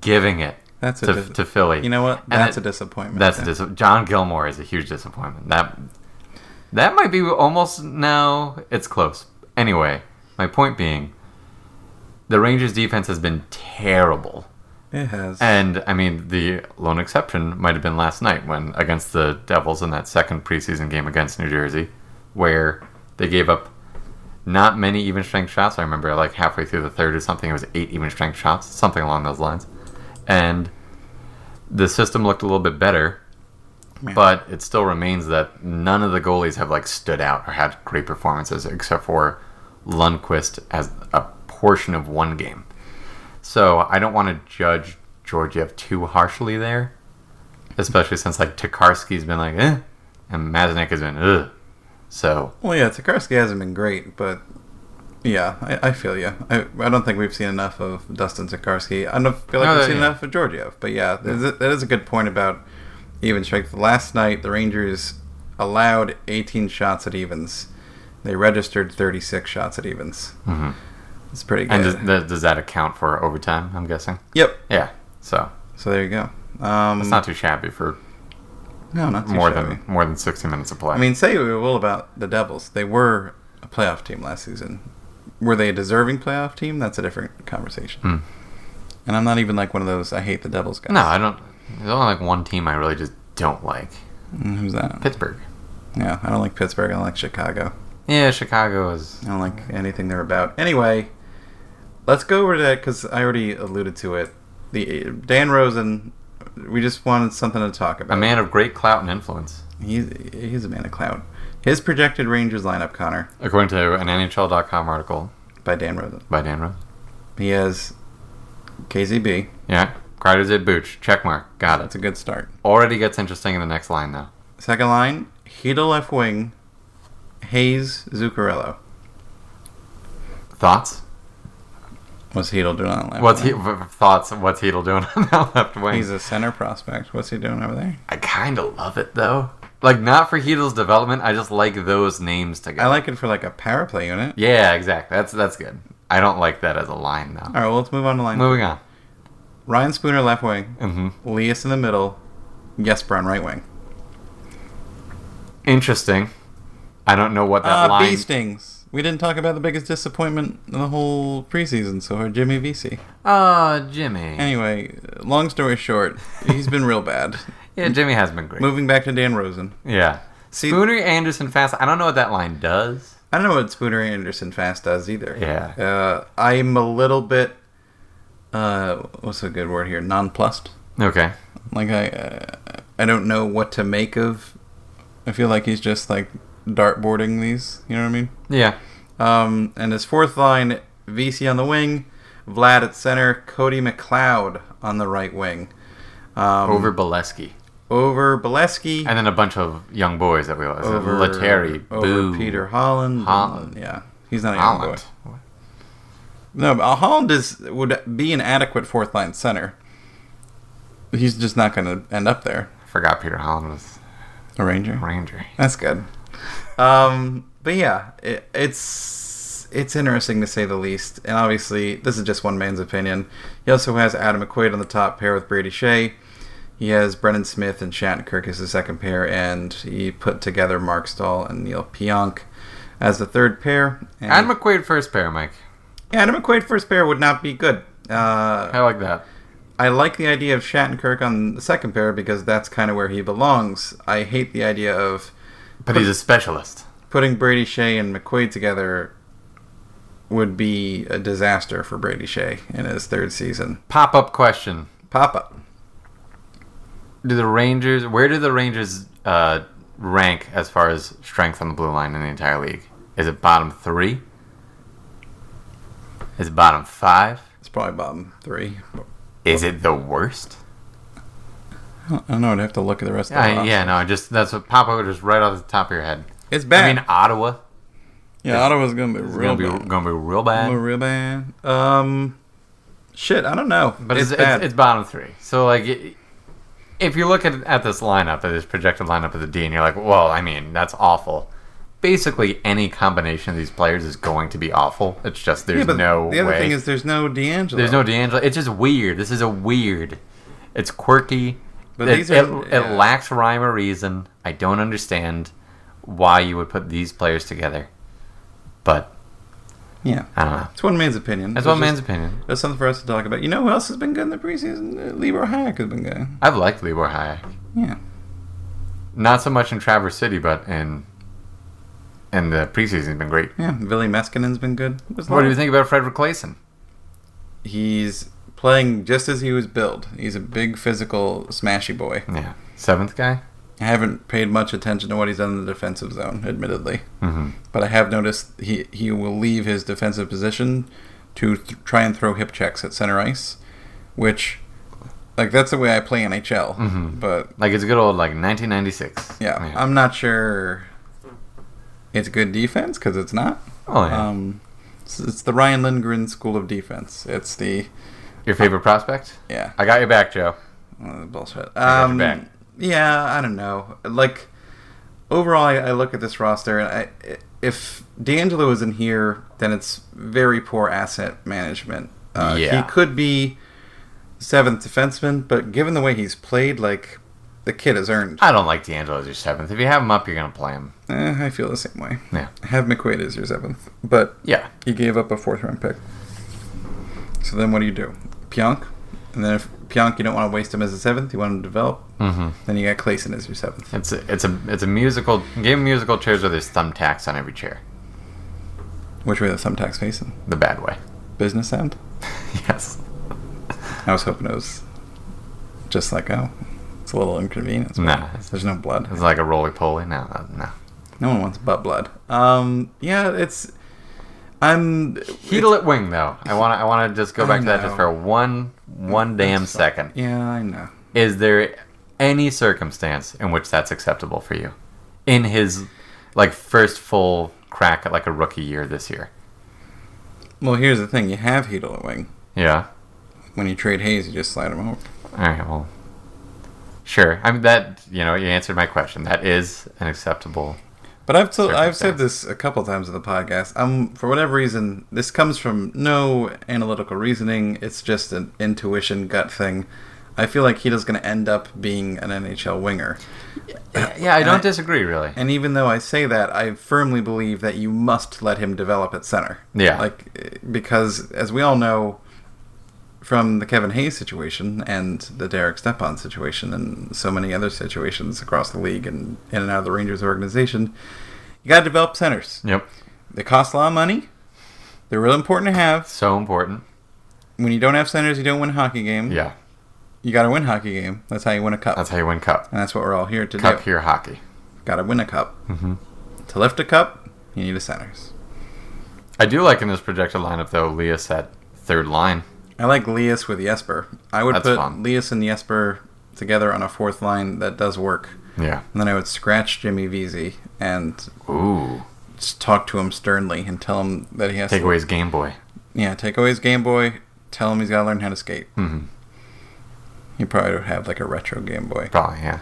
Speaker 2: giving it
Speaker 1: That's a
Speaker 2: to,
Speaker 1: dis-
Speaker 2: to Philly.
Speaker 1: You know what?
Speaker 2: And
Speaker 1: That's
Speaker 2: it-
Speaker 1: a disappointment.
Speaker 2: that's a dis- John Gilmore is a huge disappointment. That that might be almost no, it's close. Anyway, my point being, the Rangers defense has been terrible,
Speaker 1: it has.
Speaker 2: and I mean the lone exception might have been last night when against the Devils in that second preseason game against New Jersey, where they gave up not many even strength shots. I remember like halfway through the third or something, it was eight even strength shots, something along those lines, and the system looked a little bit better but it still remains that none of the goalies have like stood out or had great performances except for Lundqvist as a portion of one game. So I don't want to judge Georgiev too harshly there, especially since like Tokarski's been like, eh, and Maznik has been, ugh. So
Speaker 1: Well, yeah, Tokarski hasn't been great, but yeah, I, I feel you. I, I don't think we've seen enough of Dustin Tokarski. I don't feel like
Speaker 2: No,
Speaker 1: we've
Speaker 2: yeah,
Speaker 1: seen
Speaker 2: yeah.
Speaker 1: enough of Georgiev, but yeah, there's a- that is a good point about even strength. Last night, the Rangers allowed 18 shots at evens. They registered 36 shots at evens.
Speaker 2: Mhm.
Speaker 1: It's pretty good.
Speaker 2: and does, th- does that account for overtime? I'm guessing.
Speaker 1: yep.
Speaker 2: Yeah. So
Speaker 1: So there you go. Um,
Speaker 2: it's not too shabby for
Speaker 1: no, not too
Speaker 2: more
Speaker 1: shabby.
Speaker 2: than more than 60 minutes of play.
Speaker 1: I mean, say what we will about the Devils. They were a playoff team last season. Were they a deserving playoff team? That's a different conversation.
Speaker 2: Hmm.
Speaker 1: And I'm not even like one of those I hate the Devils guys.
Speaker 2: no, I don't. There's only like one team I really just don't like.
Speaker 1: Mm, Who's that?
Speaker 2: Pittsburgh.
Speaker 1: Yeah, I don't like Pittsburgh. I don't like Chicago.
Speaker 2: Yeah, Chicago is.
Speaker 1: I don't like anything they're about. Anyway, let's go over to that because I already alluded to it. The Dan Rosen. We just wanted something to talk about.
Speaker 2: A man of great clout and influence.
Speaker 1: he's he's a man of clout. His projected Rangers lineup, Connor,
Speaker 2: According to an NHL.com article
Speaker 1: by Dan Rosen.
Speaker 2: by Dan Rose.
Speaker 1: He has KZB.
Speaker 2: Yeah. Kreider's at Booch. Check mark. Got
Speaker 1: Ah, That's
Speaker 2: it.
Speaker 1: a good start.
Speaker 2: Already gets interesting in the next line, though.
Speaker 1: Second line, Heda left wing, Hayes Zuccarello.
Speaker 2: Thoughts?
Speaker 1: What's Hedel doing on the left?
Speaker 2: What's he,
Speaker 1: wing?
Speaker 2: v- v- thoughts? of What's Hedel doing on that left wing?
Speaker 1: He's a center prospect. What's he doing over there?
Speaker 2: I kind of love it, though. Like, not for Hedel's development. I just like those names
Speaker 1: I
Speaker 2: together.
Speaker 1: like it for like a power play unit.
Speaker 2: Yeah, exactly. That's that's good. I don't like that as a line, though.
Speaker 1: All right, well, let's move on to line.
Speaker 2: Moving on.
Speaker 1: Ryan Spooner left wing,
Speaker 2: hmm
Speaker 1: Leas in the middle, Jesper on right wing.
Speaker 2: Interesting. I don't know what that
Speaker 1: Ah,
Speaker 2: line.
Speaker 1: bee stings. We didn't talk about the biggest disappointment in the whole preseason so far, Jimmy VC.
Speaker 2: Oh, Jimmy.
Speaker 1: Anyway, long story short, he's been real bad.
Speaker 2: yeah, Jimmy has been great.
Speaker 1: Moving back to Dan Rosen.
Speaker 2: Yeah.
Speaker 1: See-
Speaker 2: Spooner, Anderson, Fast. I don't know what that line does.
Speaker 1: I don't know what Spooner Anderson Fast does either.
Speaker 2: Yeah.
Speaker 1: Uh, I'm a little bit, uh, what's a good word here? Nonplussed.
Speaker 2: Okay.
Speaker 1: Like I, uh, I don't know what to make of. I feel like he's just like dartboarding these. You know what I mean?
Speaker 2: Yeah.
Speaker 1: Um, and his fourth line, VC on the wing, Vlad at center, Cody McLeod on the right wing. Um,
Speaker 2: Over Bolesky.
Speaker 1: over Bolesky,
Speaker 2: And then a bunch of young boys that we always
Speaker 1: over
Speaker 2: Leteri,
Speaker 1: over
Speaker 2: Boo,
Speaker 1: Peter Holland.
Speaker 2: Holland.
Speaker 1: Yeah, he's not a young boy.
Speaker 2: Holland.
Speaker 1: No, but Holland is would be an adequate fourth line center. He's just not going to end up there.
Speaker 2: I forgot Peter Holland was
Speaker 1: A Ranger.
Speaker 2: a Ranger.
Speaker 1: That's good. Um, but yeah, it, it's it's interesting to say the least. And obviously, this is just one man's opinion. He also has Adam McQuaid on the top pair with Brady Shea. He has Brennan Smith and Shattenkirk as the second pair, and he put together Mark Stahl and Neil Pionk as the third pair. And
Speaker 2: And McQuaid first pair, Mike.
Speaker 1: Adam McQuaid first pair would not be good. Uh,
Speaker 2: I like that.
Speaker 1: I like the idea of Shattenkirk on the second pair because that's kind of where he belongs. I hate the idea of
Speaker 2: But he's a specialist.
Speaker 1: putting Brady Shea and McQuaid together would be a disaster for Brady Shea in his third season.
Speaker 2: Pop up question.
Speaker 1: Pop up.
Speaker 2: Do the Rangers where do the Rangers uh, rank as far as strength on the blue line in the entire league? Is it bottom three? Is it bottom five?
Speaker 1: It's probably bottom three.
Speaker 2: Is it the worst?
Speaker 1: I don't know. I'd have to look at the rest of the
Speaker 2: Yeah,
Speaker 1: roster.
Speaker 2: yeah, no, I just that's what pop up just right off the top of your head.
Speaker 1: It's bad.
Speaker 2: I mean Ottawa
Speaker 1: yeah, Ottawa's gonna be
Speaker 2: is
Speaker 1: real
Speaker 2: gonna be
Speaker 1: bad.
Speaker 2: gonna be real bad.
Speaker 1: real bad. Um, shit. I don't know.
Speaker 2: But
Speaker 1: it's,
Speaker 2: it's, it's,
Speaker 1: bad.
Speaker 2: it's bottom three. So like it, if you look at at this lineup, at this projected lineup of the D and you're like, Well, I mean, that's awful. Basically any combination of these players is going to be awful. It's just there's
Speaker 1: yeah, but
Speaker 2: no
Speaker 1: the other
Speaker 2: way.
Speaker 1: thing is there's no D'Angelo.
Speaker 2: there's no D'Angelo. It's just weird. This is a weird it's quirky.
Speaker 1: But
Speaker 2: it,
Speaker 1: these are-
Speaker 2: it,
Speaker 1: yeah.
Speaker 2: it lacks rhyme or reason. I don't understand why you would put these players together. But
Speaker 1: Yeah,
Speaker 2: I don't know.
Speaker 1: it's one man's opinion.
Speaker 2: That's
Speaker 1: It's
Speaker 2: one man's
Speaker 1: just-
Speaker 2: opinion.
Speaker 1: That's something for us to talk about. You know who else has been good in the preseason? Uh, Libor Hayek has been good.
Speaker 2: I've liked Libor Hayek.
Speaker 1: Yeah.
Speaker 2: Not so much in Traverse City, but in in the preseason, he's been great.
Speaker 1: Yeah, Billy Meskinen's been good.
Speaker 2: What do you think about Frederick Clayson?
Speaker 1: He's playing just as he was built. He's a big physical smashy boy.
Speaker 2: Yeah, seventh guy.
Speaker 1: I haven't paid much attention to what he's done in the defensive zone, admittedly,
Speaker 2: Mm-hmm.
Speaker 1: but I have noticed he he will leave his defensive position to th- try and throw hip checks at center ice, which, like, that's the way I play NHL.
Speaker 2: Mhm.
Speaker 1: But
Speaker 2: Like it's good old like 1996.
Speaker 1: yeah, I'm not sure it's good defense because it's not.
Speaker 2: oh yeah.
Speaker 1: Um, it's, it's the Ryan Lindgren School of Defense. It's the
Speaker 2: Your favorite prospect?
Speaker 1: yeah
Speaker 2: I got your back, Joe.
Speaker 1: uh, bullshit.
Speaker 2: got your
Speaker 1: Um,
Speaker 2: back.
Speaker 1: yeah, I don't know. Like overall, I, I look at this roster, and I, if D'Angelo is in here, then it's very poor asset management. Uh,
Speaker 2: Yeah.
Speaker 1: he could be seventh defenseman, but given the way he's played, like the kid has earned.
Speaker 2: I don't like D'Angelo as your seventh. If you have him up, you're gonna play him.
Speaker 1: Eh, I feel the same way.
Speaker 2: Yeah.
Speaker 1: Have McQuaid as your seventh, but
Speaker 2: Yeah.
Speaker 1: He gave up a fourth round pick. So then what do you do? Pionk? And then if Pionk, you don't want to waste him as a seventh, you want him to develop,
Speaker 2: Mm-hmm.
Speaker 1: then you got Clayson as your seventh.
Speaker 2: It's a, it's a it's a musical game. of Musical chairs where there's thumbtacks on every chair.
Speaker 1: Which way the thumbtacks facing?
Speaker 2: The bad way.
Speaker 1: Business end?
Speaker 2: yes.
Speaker 1: I was hoping it was just like, oh, it's a little inconvenient.
Speaker 2: No.
Speaker 1: There's no blood.
Speaker 2: It's like a roly poly. No, no, no.
Speaker 1: No one wants butt blood. Um, yeah, it's. I'm.
Speaker 2: Heedle at wing though. I want to I want to just go
Speaker 1: I
Speaker 2: back to that just
Speaker 1: know.
Speaker 2: for one one damn second.
Speaker 1: Yeah, I know.
Speaker 2: Is there any circumstance in which that's acceptable for you? In his like first full crack at like a rookie year this year.
Speaker 1: Well, here's the thing you have Heedle at wing.
Speaker 2: Yeah.
Speaker 1: When you trade Hayes, you just slide him over.
Speaker 2: All right. Well. Sure. I mean that. You know, you answered my question. That is an acceptable.
Speaker 1: But I've told, I've said this a couple times in the podcast. I'm for whatever reason this comes from no analytical reasoning. It's just an intuition gut thing. I feel like Hito's going to end up being an NHL winger.
Speaker 2: Yeah, I don't disagree really.
Speaker 1: And even though I say that, I firmly believe that you must let him develop at center.
Speaker 2: Yeah.
Speaker 1: Like eh, because as we all know from the Kevin Hayes situation and the Derek Stepan situation and so many other situations across the league and in and out of the Rangers organization, you got to develop centers.
Speaker 2: Yep.
Speaker 1: They cost a lot of money. They're real important to have.
Speaker 2: So important.
Speaker 1: When you don't have centers, you don't win a hockey game.
Speaker 2: Yeah.
Speaker 1: You got to win a hockey game. That's how you win a cup.
Speaker 2: That's how you win cup.
Speaker 1: and that's what we're all here to
Speaker 2: Cup
Speaker 1: do.
Speaker 2: here hockey.
Speaker 1: Got to win a cup.
Speaker 2: Mhm.
Speaker 1: To lift a cup, you need a centers.
Speaker 2: I do like in this projected lineup though. Leas at third line.
Speaker 1: I like Leas with Jesper. I would
Speaker 2: That's
Speaker 1: put
Speaker 2: fun.
Speaker 1: Leas and Jesper together on a fourth line that does work.
Speaker 2: Yeah.
Speaker 1: And then I would scratch Jimmy Vesey and
Speaker 2: Ooh.
Speaker 1: s- talk to him sternly and tell him that he has
Speaker 2: Take
Speaker 1: to.
Speaker 2: away his Game Boy.
Speaker 1: Yeah, take away his Game Boy. Tell him he's got to learn how to skate.
Speaker 2: Mhm.
Speaker 1: He probably would have like a retro Game Boy.
Speaker 2: Probably yeah.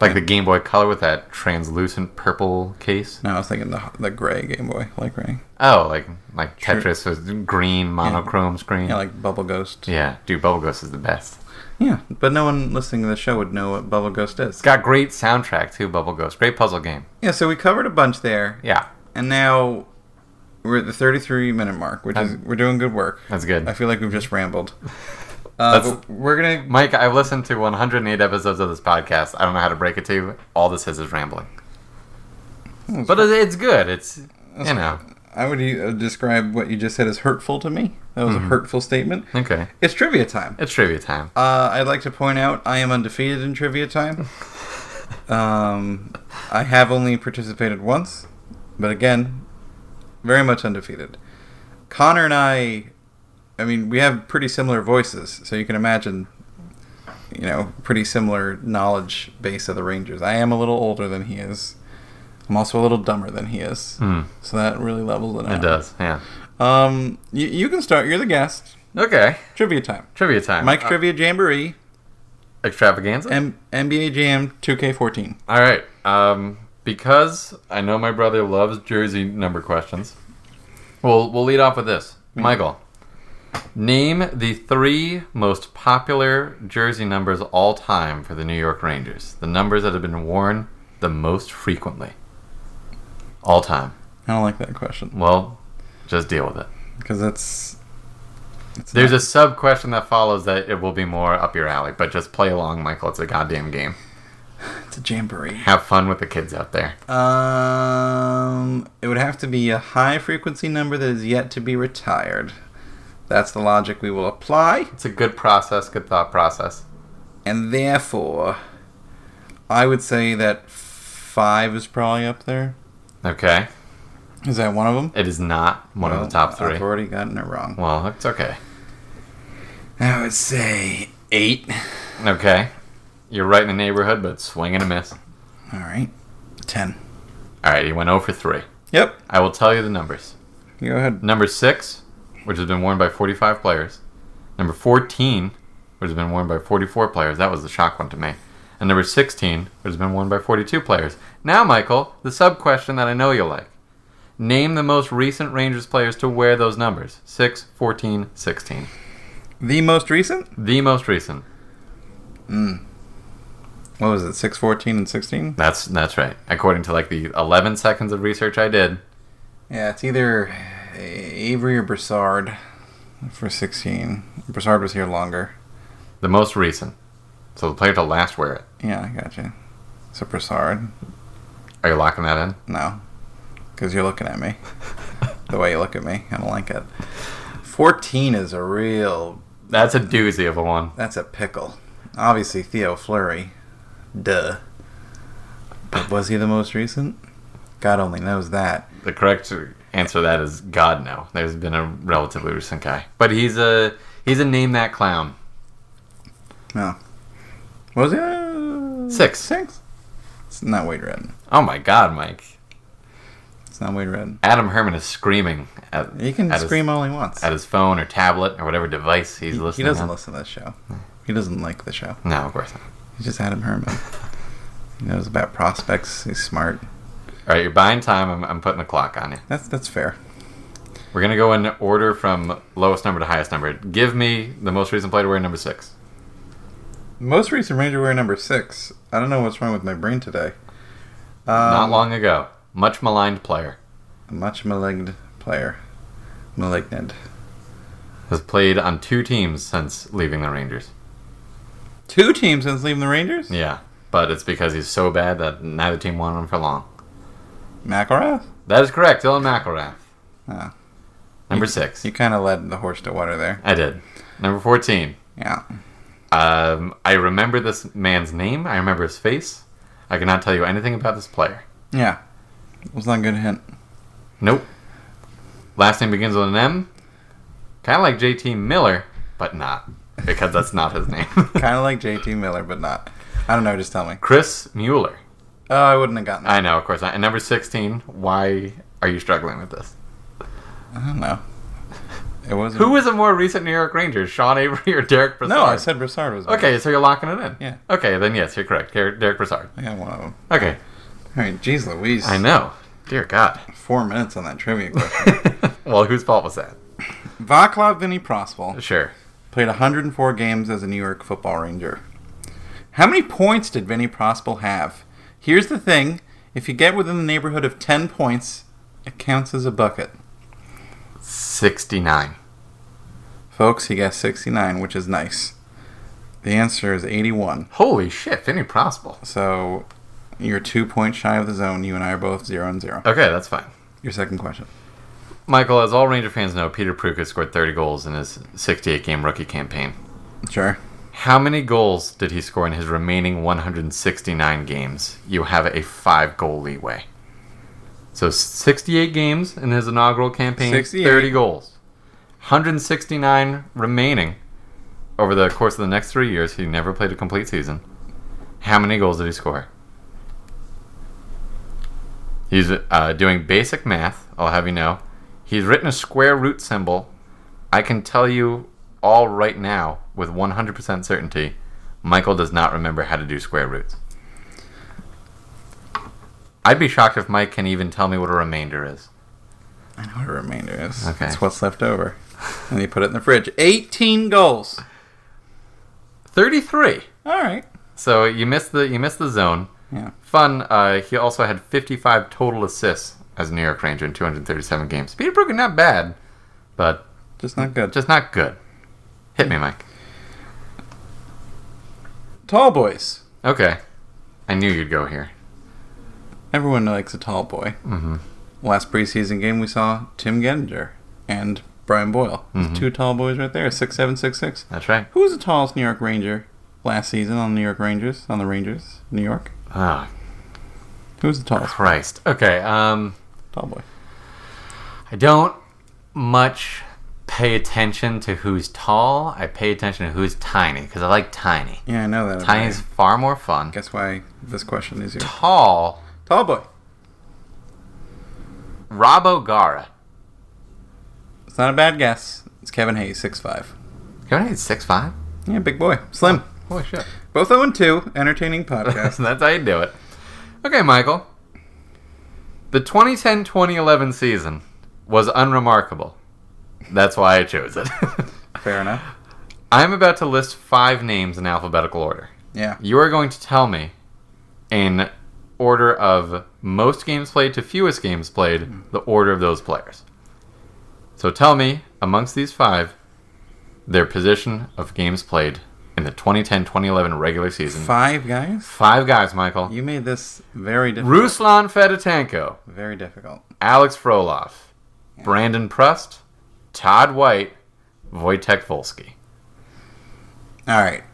Speaker 2: Like the Game Boy Color with that translucent purple case.
Speaker 1: No, I was thinking the the gray Game Boy, like ring.
Speaker 2: Oh, like like
Speaker 1: True.
Speaker 2: Tetris with green monochrome screen.
Speaker 1: Yeah, like Bubble Ghost.
Speaker 2: Yeah, dude, Bubble Ghost is the best.
Speaker 1: Yeah, but no one listening to the show would know what Bubble Ghost is.
Speaker 2: It's got great soundtrack too. Bubble Ghost, great puzzle game.
Speaker 1: Yeah, so we covered a bunch there,
Speaker 2: Yeah,
Speaker 1: and now we're at the 33 minute mark, which is we're doing good work.
Speaker 2: that's good.
Speaker 1: I feel like we've just rambled. Uh,
Speaker 2: That's-
Speaker 1: but we're gonna.
Speaker 2: Mike, I've listened to 108 episodes of this podcast. I don't know how to break it to you. All this is is rambling, but it, it's good. It's you know
Speaker 1: I would uh, describe what you just said as hurtful to me. That was
Speaker 2: Mm-hmm.
Speaker 1: a hurtful statement.
Speaker 2: okay.
Speaker 1: It's trivia time.
Speaker 2: It's trivia time.
Speaker 1: Uh, I'd like to point out I am undefeated in trivia time. Um, I have only participated once, but again, very much undefeated. Connor and I, I mean, we have pretty similar voices, so you can imagine, you know, pretty similar knowledge base of the Rangers. I am a little older than he is. I'm also a little dumber than he is,
Speaker 2: Hmm.
Speaker 1: so that really levels it out.
Speaker 2: It does. Yeah.
Speaker 1: Um, you, you can start. You're the guest.
Speaker 2: Okay.
Speaker 1: Trivia time.
Speaker 2: Trivia time.
Speaker 1: Mike's
Speaker 2: Uh,
Speaker 1: Trivia Jamboree.
Speaker 2: extravaganza.
Speaker 1: M- NBA Jam 2K14.
Speaker 2: All right. Um, because I know my brother loves jersey number questions. We'll we'll lead off with this, Michael. Name the three most popular jersey numbers all time for the New York Rangers. The numbers that have been worn the most frequently. All time.
Speaker 1: I don't like that question
Speaker 2: Well, just deal with it.
Speaker 1: because that's. It's
Speaker 2: There's a
Speaker 1: not-
Speaker 2: sub question that follows that it will be more up your alley, but just play along, Michael. It's a goddamn game.
Speaker 1: it's a jamboree.
Speaker 2: Have fun with the kids out there.
Speaker 1: Um, it would have to be a high frequency number that is yet to be retired. That's the logic we will apply,
Speaker 2: It's a good process, good thought process.
Speaker 1: and therefore, I would say that five is probably up there.
Speaker 2: Okay.
Speaker 1: Is that one of them?
Speaker 2: It is not one
Speaker 1: Well,
Speaker 2: of the top
Speaker 1: I've
Speaker 2: 3
Speaker 1: already gotten it wrong.
Speaker 2: Well, it's okay.
Speaker 1: I would say eight.
Speaker 2: Okay. You're right in the neighborhood, but swing and a miss.
Speaker 1: All right. Ten.
Speaker 2: All right, you went 0 for 3.
Speaker 1: Yep.
Speaker 2: I will tell you the numbers.
Speaker 1: Go ahead.
Speaker 2: Number 6, which has been worn by 45 players. Number 14, which has been worn by 44 players. That was the shock one to me. And number 16, which has been worn by 42 players. Now, Michael, the sub question that I know you'll like. Name the most recent Rangers players to wear those numbers 6, 14, 16.
Speaker 1: The most recent?
Speaker 2: The most recent.
Speaker 1: What was it? Six, fourteen, and sixteen?
Speaker 2: That's that's right. According to like the 11 seconds of research I did.
Speaker 1: Yeah, it's either Avery or Broussard for sixteen. Broussard was here longer.
Speaker 2: The most recent. So the player to last wear it.
Speaker 1: Yeah, I gotcha. So Broussard?
Speaker 2: Are you locking that in?
Speaker 1: No, because you're looking at me. the way you look at me, I don't like it. Fourteen is a real.
Speaker 2: That's a doozy of a one.
Speaker 1: That's a pickle. Obviously, Theo Fleury. Duh. But was he the most recent? God only knows that.
Speaker 2: The correct answer to that is God no. There's been a relatively recent guy. But he's a he's a name that clown.
Speaker 1: No. Was he? uh,
Speaker 2: Six.
Speaker 1: Six? It's not Wade Red.
Speaker 2: Oh my god, Mike.
Speaker 1: It's not Wade Red.
Speaker 2: Adam Herman is screaming at,
Speaker 1: He can
Speaker 2: at
Speaker 1: scream all he wants.
Speaker 2: his, at his phone or tablet or whatever device he's
Speaker 1: He, he
Speaker 2: listening
Speaker 1: doesn't
Speaker 2: on.
Speaker 1: listen to that show. He doesn't like the show.
Speaker 2: No, of course not.
Speaker 1: He's just Adam Herman. he knows about prospects. He's smart.
Speaker 2: Alright, you're buying time, I'm, I'm putting the clock on you.
Speaker 1: That's that's fair.
Speaker 2: We're gonna go in order from lowest number to highest number. Give me the most recent player to wear number six.
Speaker 1: Most recent Ranger wear number six. I don't know what's wrong with my brain today. Um,
Speaker 2: Not long ago. Much maligned player.
Speaker 1: Much maligned player. Malignant.
Speaker 2: Has played on two teams since leaving the Rangers.
Speaker 1: Two teams since leaving the Rangers.
Speaker 2: Yeah, but it's because he's so bad that neither team wanted him for long.
Speaker 1: McElrath.
Speaker 2: That is correct, Dylan McElrath.
Speaker 1: Ah.
Speaker 2: Number six.
Speaker 1: You kind of led the horse to water there.
Speaker 2: I did. Number 14.
Speaker 1: Yeah.
Speaker 2: Um, I remember this man's name. I remember his face. I cannot tell you anything about this player.
Speaker 1: Yeah. Was not a good hint.
Speaker 2: Nope. Last name begins with an M. Kind of like JT Miller, but not. Because that's not his name.
Speaker 1: kind of like J.T. Miller, but not. I don't know. Just tell me.
Speaker 2: Chris Mueller.
Speaker 1: Oh, I wouldn't have gotten. It.
Speaker 2: I know, of course not. And number 16. Why are you struggling with this?
Speaker 1: I don't know. It wasn't.
Speaker 2: Who was a more recent New York Ranger, Sean Avery or Derek Brassard?
Speaker 1: No, I said Broussard was.
Speaker 2: Okay, so you're locking it in.
Speaker 1: Yeah.
Speaker 2: Okay, then yes, you're correct. Derek, Derek Brassard.
Speaker 1: I got one of them.
Speaker 2: Okay.
Speaker 1: All right, geez, Louise.
Speaker 2: I know. Dear God.
Speaker 1: Four minutes on that trivia question.
Speaker 2: well, whose fault was that?
Speaker 1: Vaclav Vinny Prospel
Speaker 2: Sure.
Speaker 1: played 104 games as a New York Football Ranger. How many points did Vinny Prospel have? Here's the thing: if you get within the neighborhood of 10 points, it counts as a bucket.
Speaker 2: 69.
Speaker 1: Folks, he got 69, which is nice. The answer is 81.
Speaker 2: Holy shit, Vinny Prospel.
Speaker 1: So you're two points shy of the zone. You and I are both zero and zero.
Speaker 2: Okay, that's fine.
Speaker 1: Your second question.
Speaker 2: Michael, as all Ranger fans know, Peter Pruka scored 30 goals in his 68 game rookie campaign.
Speaker 1: Sure.
Speaker 2: How many goals did he score in his remaining 169 games? You have a five goal leeway. So 68 games in his inaugural campaign,
Speaker 1: 68.
Speaker 2: 30 goals. 169 remaining over the course of the next three years. He never played a complete season. How many goals did he score? He's uh, doing basic math, I'll have you know. He's written a square root symbol I can tell you all right now with 100% certainty, Michael does not remember how to do square roots. I'd be shocked if Mike can even tell me what a remainder is.
Speaker 1: I know what a remainder is.
Speaker 2: Okay.
Speaker 1: It's what's left over. And you put it in the fridge. 18 goals.
Speaker 2: 33.
Speaker 1: All right.
Speaker 2: So you missed the you missed the zone.
Speaker 1: Yeah.
Speaker 2: Fun. Uh, he also had 55 total assists as a New York Ranger in 237 games. Peter Brooker, not bad, but
Speaker 1: Just not good.
Speaker 2: just not good. Hit me, Mike.
Speaker 1: Tall boys.
Speaker 2: Okay, I knew you'd go here.
Speaker 1: Everyone likes a tall boy.
Speaker 2: Mhm.
Speaker 1: Last preseason game, we saw Tim Gettinger and Brian Boyle. There's Two tall boys right there, Six, seven, six, six.
Speaker 2: That's right.
Speaker 1: Who was the tallest New York Ranger last season on the New York Rangers? On the Rangers, New York?
Speaker 2: Oh
Speaker 1: Who was the tallest?
Speaker 2: Christ. Okay. Um.
Speaker 1: Tall boy.
Speaker 2: I don't much pay attention to who's tall. I pay attention to who's tiny because I like tiny.
Speaker 1: Yeah, I know that. about
Speaker 2: Tiny's
Speaker 1: you.
Speaker 2: far more fun.
Speaker 1: Guess why this question is here.
Speaker 2: Tall,
Speaker 1: Tall boy.
Speaker 2: Rob O'Gara.
Speaker 1: It's not a bad guess. It's Kevin Hayes, six five.
Speaker 2: Kevin Hayes six five.
Speaker 1: Yeah, big boy. Slim.
Speaker 2: Holy shit!
Speaker 1: Both 0 and 2. Entertaining podcast.
Speaker 2: That's how you do it. Okay, Michael. The 2010-2011 season was unremarkable. That's why I chose it.
Speaker 1: Fair enough.
Speaker 2: I'm about to list five names in alphabetical order.
Speaker 1: Yeah.
Speaker 2: You are going to tell me in order of most games played to fewest games played, the order of those players. So tell me, amongst these five, their position of games played in the 2010 2011 regular season.
Speaker 1: Five guys?
Speaker 2: Five guys, Michael.
Speaker 1: You made this very difficult.
Speaker 2: Ruslan Fedotenko,
Speaker 1: Very difficult.
Speaker 2: Alex Frolov, Brandon Prust, Todd White, Wojtek Volsky.
Speaker 1: All right.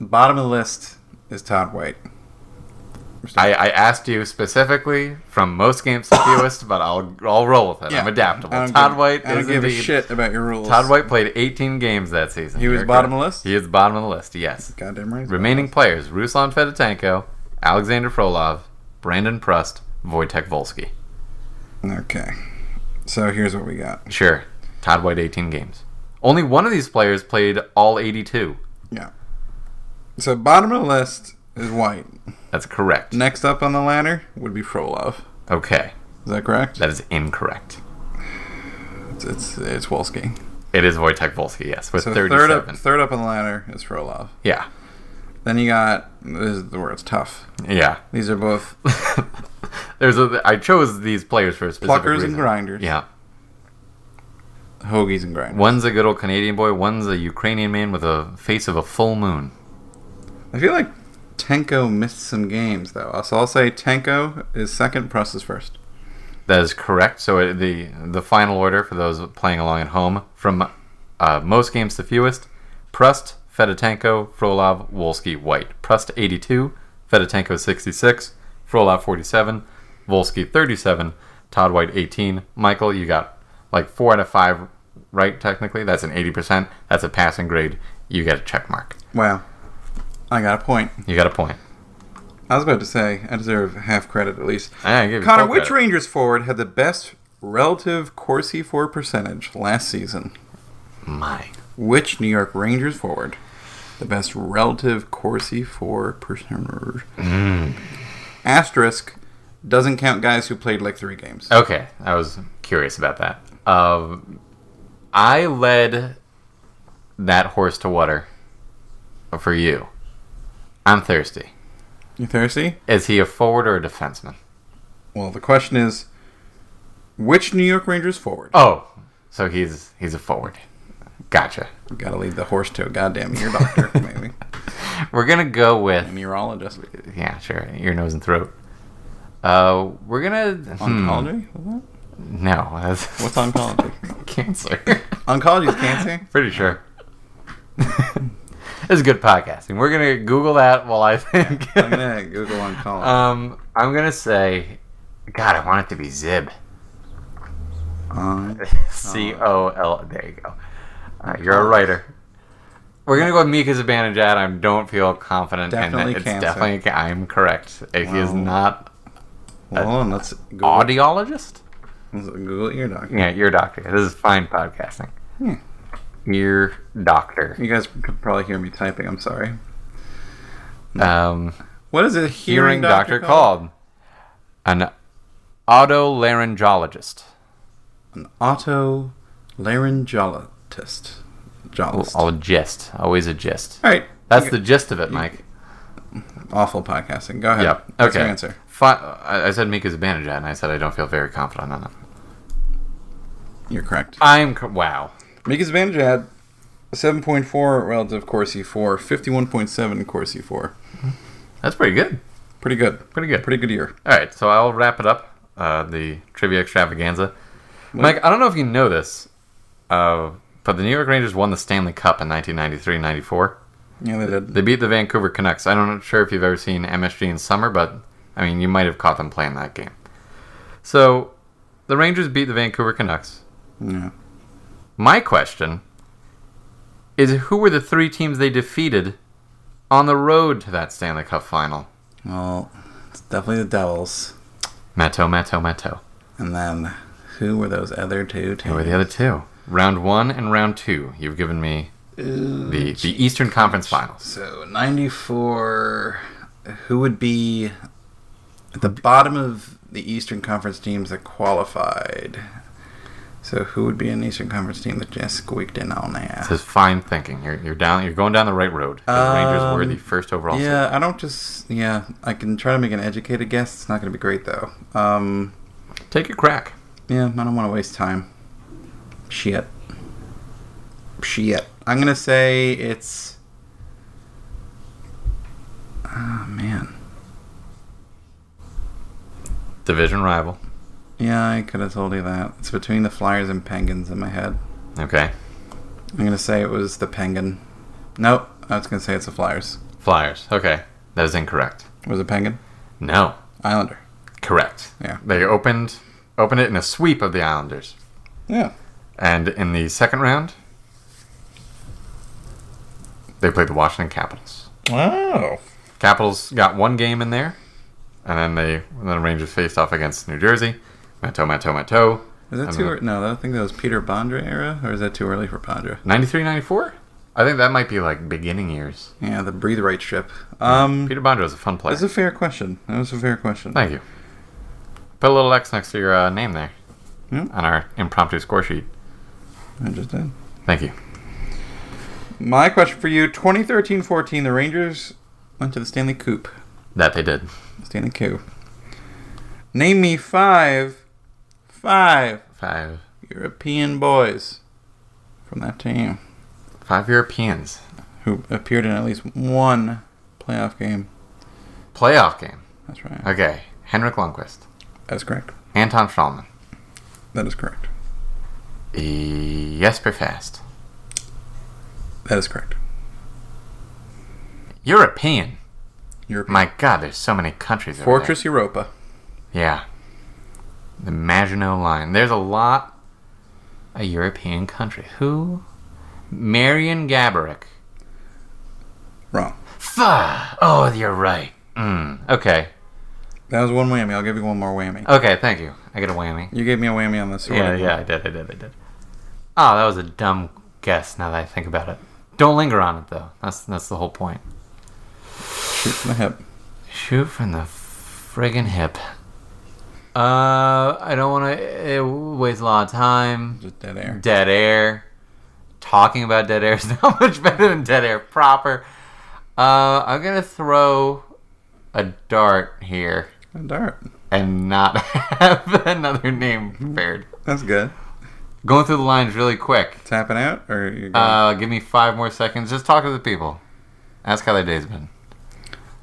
Speaker 1: Bottom of the list is Todd White.
Speaker 2: I, I asked you specifically from most games to fewest, but I'll I'll roll with it. I'm adaptable.
Speaker 1: I don't
Speaker 2: Todd
Speaker 1: give-
Speaker 2: White
Speaker 1: I don't
Speaker 2: is
Speaker 1: give
Speaker 2: indeed.
Speaker 1: a shit about your rules.
Speaker 2: Todd White played 18 games that season.
Speaker 1: He was
Speaker 2: You're
Speaker 1: bottom
Speaker 2: correct.
Speaker 1: of the list?
Speaker 2: He is bottom of the list. Yes.
Speaker 1: Goddamn right. he's
Speaker 2: Remaining players: Ruslan Fedotenko, Alexander Frolov, Brandon Prust, Wojtek Volsky.
Speaker 1: bottom. Okay. So here's what we got.
Speaker 2: Sure. Todd White 18 games. Only one of these players played all 82.
Speaker 1: Yeah. So bottom of the list is White.
Speaker 2: That's correct.
Speaker 1: Next up on the ladder would be Frolov.
Speaker 2: Okay.
Speaker 1: Is that correct?
Speaker 2: That is incorrect.
Speaker 1: It's it's, it's Wolski.
Speaker 2: It is Wojtek Volsky, yes, with
Speaker 1: So
Speaker 2: 37.
Speaker 1: third up third up on the ladder is Frolov.
Speaker 2: yeah.
Speaker 1: Then you got this is where it's tough.
Speaker 2: Yeah.
Speaker 1: These are both
Speaker 2: There's a. I chose these players for a specific
Speaker 1: pluckers
Speaker 2: reason.
Speaker 1: and grinders.
Speaker 2: Yeah,
Speaker 1: Hoagies and grinders.
Speaker 2: one's a good old Canadian boy. One's a Ukrainian man with a face of a full moon.
Speaker 1: I feel like Tenko missed some games though. So I'll say Tenko is second, Press is first.
Speaker 2: That is correct. So it, the the final order for those playing along at home from uh, most games to fewest: Prust, Fedotenko, Frolov, Wolski, White. Prust 82, Fedotenko 66, Frolov 47, Wolski 37, Todd White 18. Michael, you got like four out of five right technically. That's an 80%. That's a passing grade. You get a check mark.
Speaker 1: Wow. I got a point.
Speaker 2: You got a point.
Speaker 1: I was about to say I deserve half credit at least.
Speaker 2: I give you
Speaker 1: Connor,
Speaker 2: full
Speaker 1: which
Speaker 2: credit.
Speaker 1: Rangers forward had the best relative Corsi four percentage last season?
Speaker 2: Mine.
Speaker 1: Which New York Rangers forward? The best relative Corsi for percentage. Asterisk doesn't count guys who played like three games.
Speaker 2: Okay, I was curious about that. Um, I led that horse to water for you. I'm thirsty.
Speaker 1: You thirsty?
Speaker 2: Is he a forward or a defenseman?
Speaker 1: Well, the question is, which New York Rangers forward?
Speaker 2: Oh, so he's he's a forward. Gotcha.
Speaker 1: We Gotta leave the horse to a goddamn ear doctor, maybe.
Speaker 2: We're gonna go with
Speaker 1: A neurologist.
Speaker 2: yeah, sure, ear, nose, and throat. Uh, we're gonna hmm,
Speaker 1: Oncology? Was
Speaker 2: no, that's
Speaker 1: that? What's oncology?
Speaker 2: cancer.
Speaker 1: oncology is cancer?
Speaker 2: Pretty sure. this is good podcasting. We're gonna Google that while I think.
Speaker 1: I'm gonna Google oncology.
Speaker 2: um, I'm gonna say, God, I want it to be Zib.
Speaker 1: Um,
Speaker 2: C O L. There you go. All right, you're a writer. We're gonna go with Mika's abandoned Jad. I don't feel confident.
Speaker 1: Definitely
Speaker 2: in it.
Speaker 1: cancer.
Speaker 2: It's definitely. ca- I'm correct. If he is
Speaker 1: Well-
Speaker 2: not Uh,
Speaker 1: hold on, let's Google,
Speaker 2: audiologist,
Speaker 1: let's Google ear doctor.
Speaker 2: yeah, ear doctor. This is fine podcasting.
Speaker 1: Hmm.
Speaker 2: Ear doctor.
Speaker 1: You guys could probably hear me typing. I'm sorry.
Speaker 2: Um,
Speaker 1: What is a
Speaker 2: hearing,
Speaker 1: hearing,
Speaker 2: doctor,
Speaker 1: called?
Speaker 2: called an otolaryngologist.
Speaker 1: Otto laryngologist. Jolist. All
Speaker 2: I'll gist. Always a gist.
Speaker 1: right.
Speaker 2: That's the gist of it, Mike.
Speaker 1: awful podcasting. Go ahead.
Speaker 2: Yep. Okay.
Speaker 1: What's uh, your answer?
Speaker 2: Fi- I I said Mika's abandoned and I said I don't feel very confident on it.
Speaker 1: You're correct.
Speaker 2: I'm co- wow.
Speaker 1: Mika's Vanjad, 7.4 relative Corsi 4, 51.7 Corsi 4.
Speaker 2: That's pretty good.
Speaker 1: Pretty good.
Speaker 2: Pretty good.
Speaker 1: Pretty good year.
Speaker 2: All right, so I'll wrap it up. Uh, the trivia extravaganza. Mike, I don't know if you know this, uh, but the New York Rangers won the Stanley Cup in 1993-94.
Speaker 1: Yeah, they did.
Speaker 2: They beat the Vancouver Canucks. I'm not sure if you've ever seen MSG in summer, but I mean, you might have caught them playing that game. So the Rangers beat the Vancouver Canucks.
Speaker 1: Yeah.
Speaker 2: My question is who were the three teams they defeated on the road to that Stanley Cup final?
Speaker 1: Well, it's definitely the Devils.
Speaker 2: Matto, Matto, Matto.
Speaker 1: And then who were those other two teams?
Speaker 2: Who were the other two? Round one and round two. You've given me the, the Eastern Conference Finals.
Speaker 1: So 94 who would be at the bottom of the Eastern Conference teams that qualified. So who would be an Eastern Conference team that just squeaked in on that?
Speaker 2: This is fine thinking. You're, you're down. You're going down the right road. The Rangers were
Speaker 1: Um,
Speaker 2: the first overall. seed.
Speaker 1: Yeah, I don't just yeah, I can try to make an educated guess. It's not going to be great though. Um
Speaker 2: Take a crack.
Speaker 1: yeah, I don't want to waste time. Shit. Shit. I'm going to say it's Oh man.
Speaker 2: Division rival.
Speaker 1: Yeah, I could have told you that. It's between the Flyers and Penguins in my head.
Speaker 2: Okay.
Speaker 1: I'm gonna say it was the Penguin. Nope, I was gonna say it's the Flyers.
Speaker 2: Flyers. Okay. That is incorrect.
Speaker 1: Was it Penguin?
Speaker 2: No.
Speaker 1: Islander.
Speaker 2: Correct.
Speaker 1: Yeah.
Speaker 2: They opened opened it in a sweep of the Islanders.
Speaker 1: Yeah.
Speaker 2: And in the second round, they played the Washington Capitals.
Speaker 1: Wow.
Speaker 2: Capitals got one game in there, and then they and then the Rangers faced off against New Jersey. Mato, Mato, Mato.
Speaker 1: Is that
Speaker 2: I
Speaker 1: too?
Speaker 2: mean-
Speaker 1: ear- No, I think that was Peter Bondra era, or is that too early for Bondra?
Speaker 2: 93 94? I think that might be like beginning years.
Speaker 1: Yeah, the breathe right strip. Um,
Speaker 2: Peter Bondra is a fun player.
Speaker 1: that's a fair question. That was a fair question.
Speaker 2: Thank you. Put a little X next to your uh, name there
Speaker 1: Hmm?
Speaker 2: on our impromptu score sheet.
Speaker 1: I just did.
Speaker 2: Thank you.
Speaker 1: My question for you: 2013-14, the Rangers went to the Stanley Coupe.
Speaker 2: That they did.
Speaker 1: Stanley Coupe. Name me five, five
Speaker 2: Five.
Speaker 1: European boys from that team.
Speaker 2: Five Europeans.
Speaker 1: who appeared in at least one playoff game.
Speaker 2: Playoff game.
Speaker 1: That's right.
Speaker 2: Okay. Henrik Lundqvist.
Speaker 1: That's correct.
Speaker 2: Anton Stallman.
Speaker 1: That is correct.
Speaker 2: Jesper Fast.
Speaker 1: That is correct.
Speaker 2: European.
Speaker 1: European
Speaker 2: My God, there's so many countries. over there.
Speaker 1: Fortress Europa.
Speaker 2: Yeah. The Maginot Line. There's a lot a European country. Who? Marion Gaborik.
Speaker 1: Wrong.
Speaker 2: Fuh! Oh, you're right. Mm. Okay.
Speaker 1: That was one whammy. I'll give you one more whammy.
Speaker 2: Okay, thank you. I get a whammy.
Speaker 1: You gave me a whammy on this one.
Speaker 2: Yeah, yeah, I did, I did, I did. Oh, that was a dumb guess now that I think about it. Don't linger on it, though. That's, that's the whole point.
Speaker 1: Shoot from the hip.
Speaker 2: Shoot from the friggin' hip. Uh, I don't want to waste a lot of time.
Speaker 1: Just dead air.
Speaker 2: Dead Air. Talking about Dead Air is not much better than Dead Air proper. Uh, I'm gonna throw a dart here
Speaker 1: A dart.
Speaker 2: and not have another name prepared.
Speaker 1: That's good.
Speaker 2: Going through the lines really quick.
Speaker 1: Tapping out or you're going?
Speaker 2: Uh, give me five more seconds. Just talk to the people. Ask how their day's been.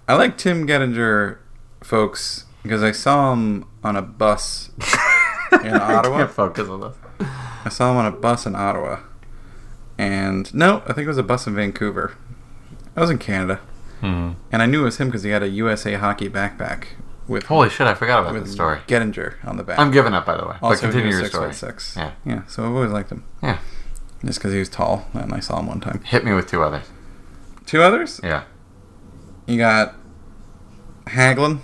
Speaker 1: I like Tim Gettinger, folks, because I saw him on a bus. In Ottawa?
Speaker 2: I can't focus on this.
Speaker 1: I saw him on a bus in Ottawa, and no, I think it was a bus in Vancouver. I was in Canada.
Speaker 2: Hmm.
Speaker 1: And I knew it was him because he had a USA hockey backpack with
Speaker 2: Holy shit! I forgot about
Speaker 1: with
Speaker 2: this story.
Speaker 1: Gettinger on the back.
Speaker 2: I'm giving up, by the way. but
Speaker 1: also,
Speaker 2: continue
Speaker 1: he was
Speaker 2: your
Speaker 1: six
Speaker 2: story.
Speaker 1: foot six.
Speaker 2: Yeah.
Speaker 1: yeah. So I've always liked him
Speaker 2: Yeah.
Speaker 1: just because he was tall, and I saw him one time.
Speaker 2: Hit me with two others.
Speaker 1: Two others.
Speaker 2: Yeah.
Speaker 1: You got Haglin.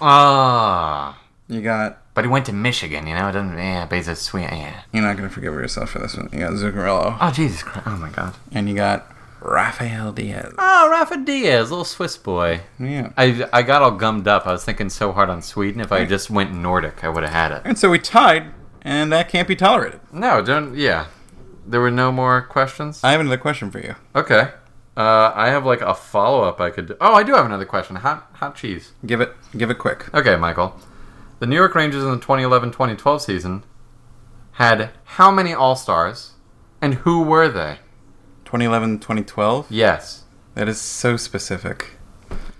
Speaker 2: Ah.
Speaker 1: You got.
Speaker 2: But he went to Michigan, you know. It doesn't. Yeah, but he's a sweet. Yeah.
Speaker 1: You're not gonna forgive yourself for this one. You got Zuccarello,
Speaker 2: Oh Jesus Christ! Oh my God.
Speaker 1: and you got Rafael Diaz.
Speaker 2: Oh, Rafa Diaz, little Swiss boy.
Speaker 1: Yeah.
Speaker 2: I I got all gummed up. I was thinking so hard on Sweden. If I just went Nordic, I would have had it.
Speaker 1: And so we tied, and that can't be tolerated.
Speaker 2: No, don't. Yeah. There were no more questions.
Speaker 1: I have another question for you.
Speaker 2: Okay. Uh, I have like a follow up I could. Do. Oh, I do have another question. Hot hot cheese.
Speaker 1: Give it, give it quick.
Speaker 2: Okay, Michael. The New York Rangers in the 2011-2012 season had how many All Stars, and who were they?
Speaker 1: 2011, 2012.
Speaker 2: Yes,
Speaker 1: That is so specific.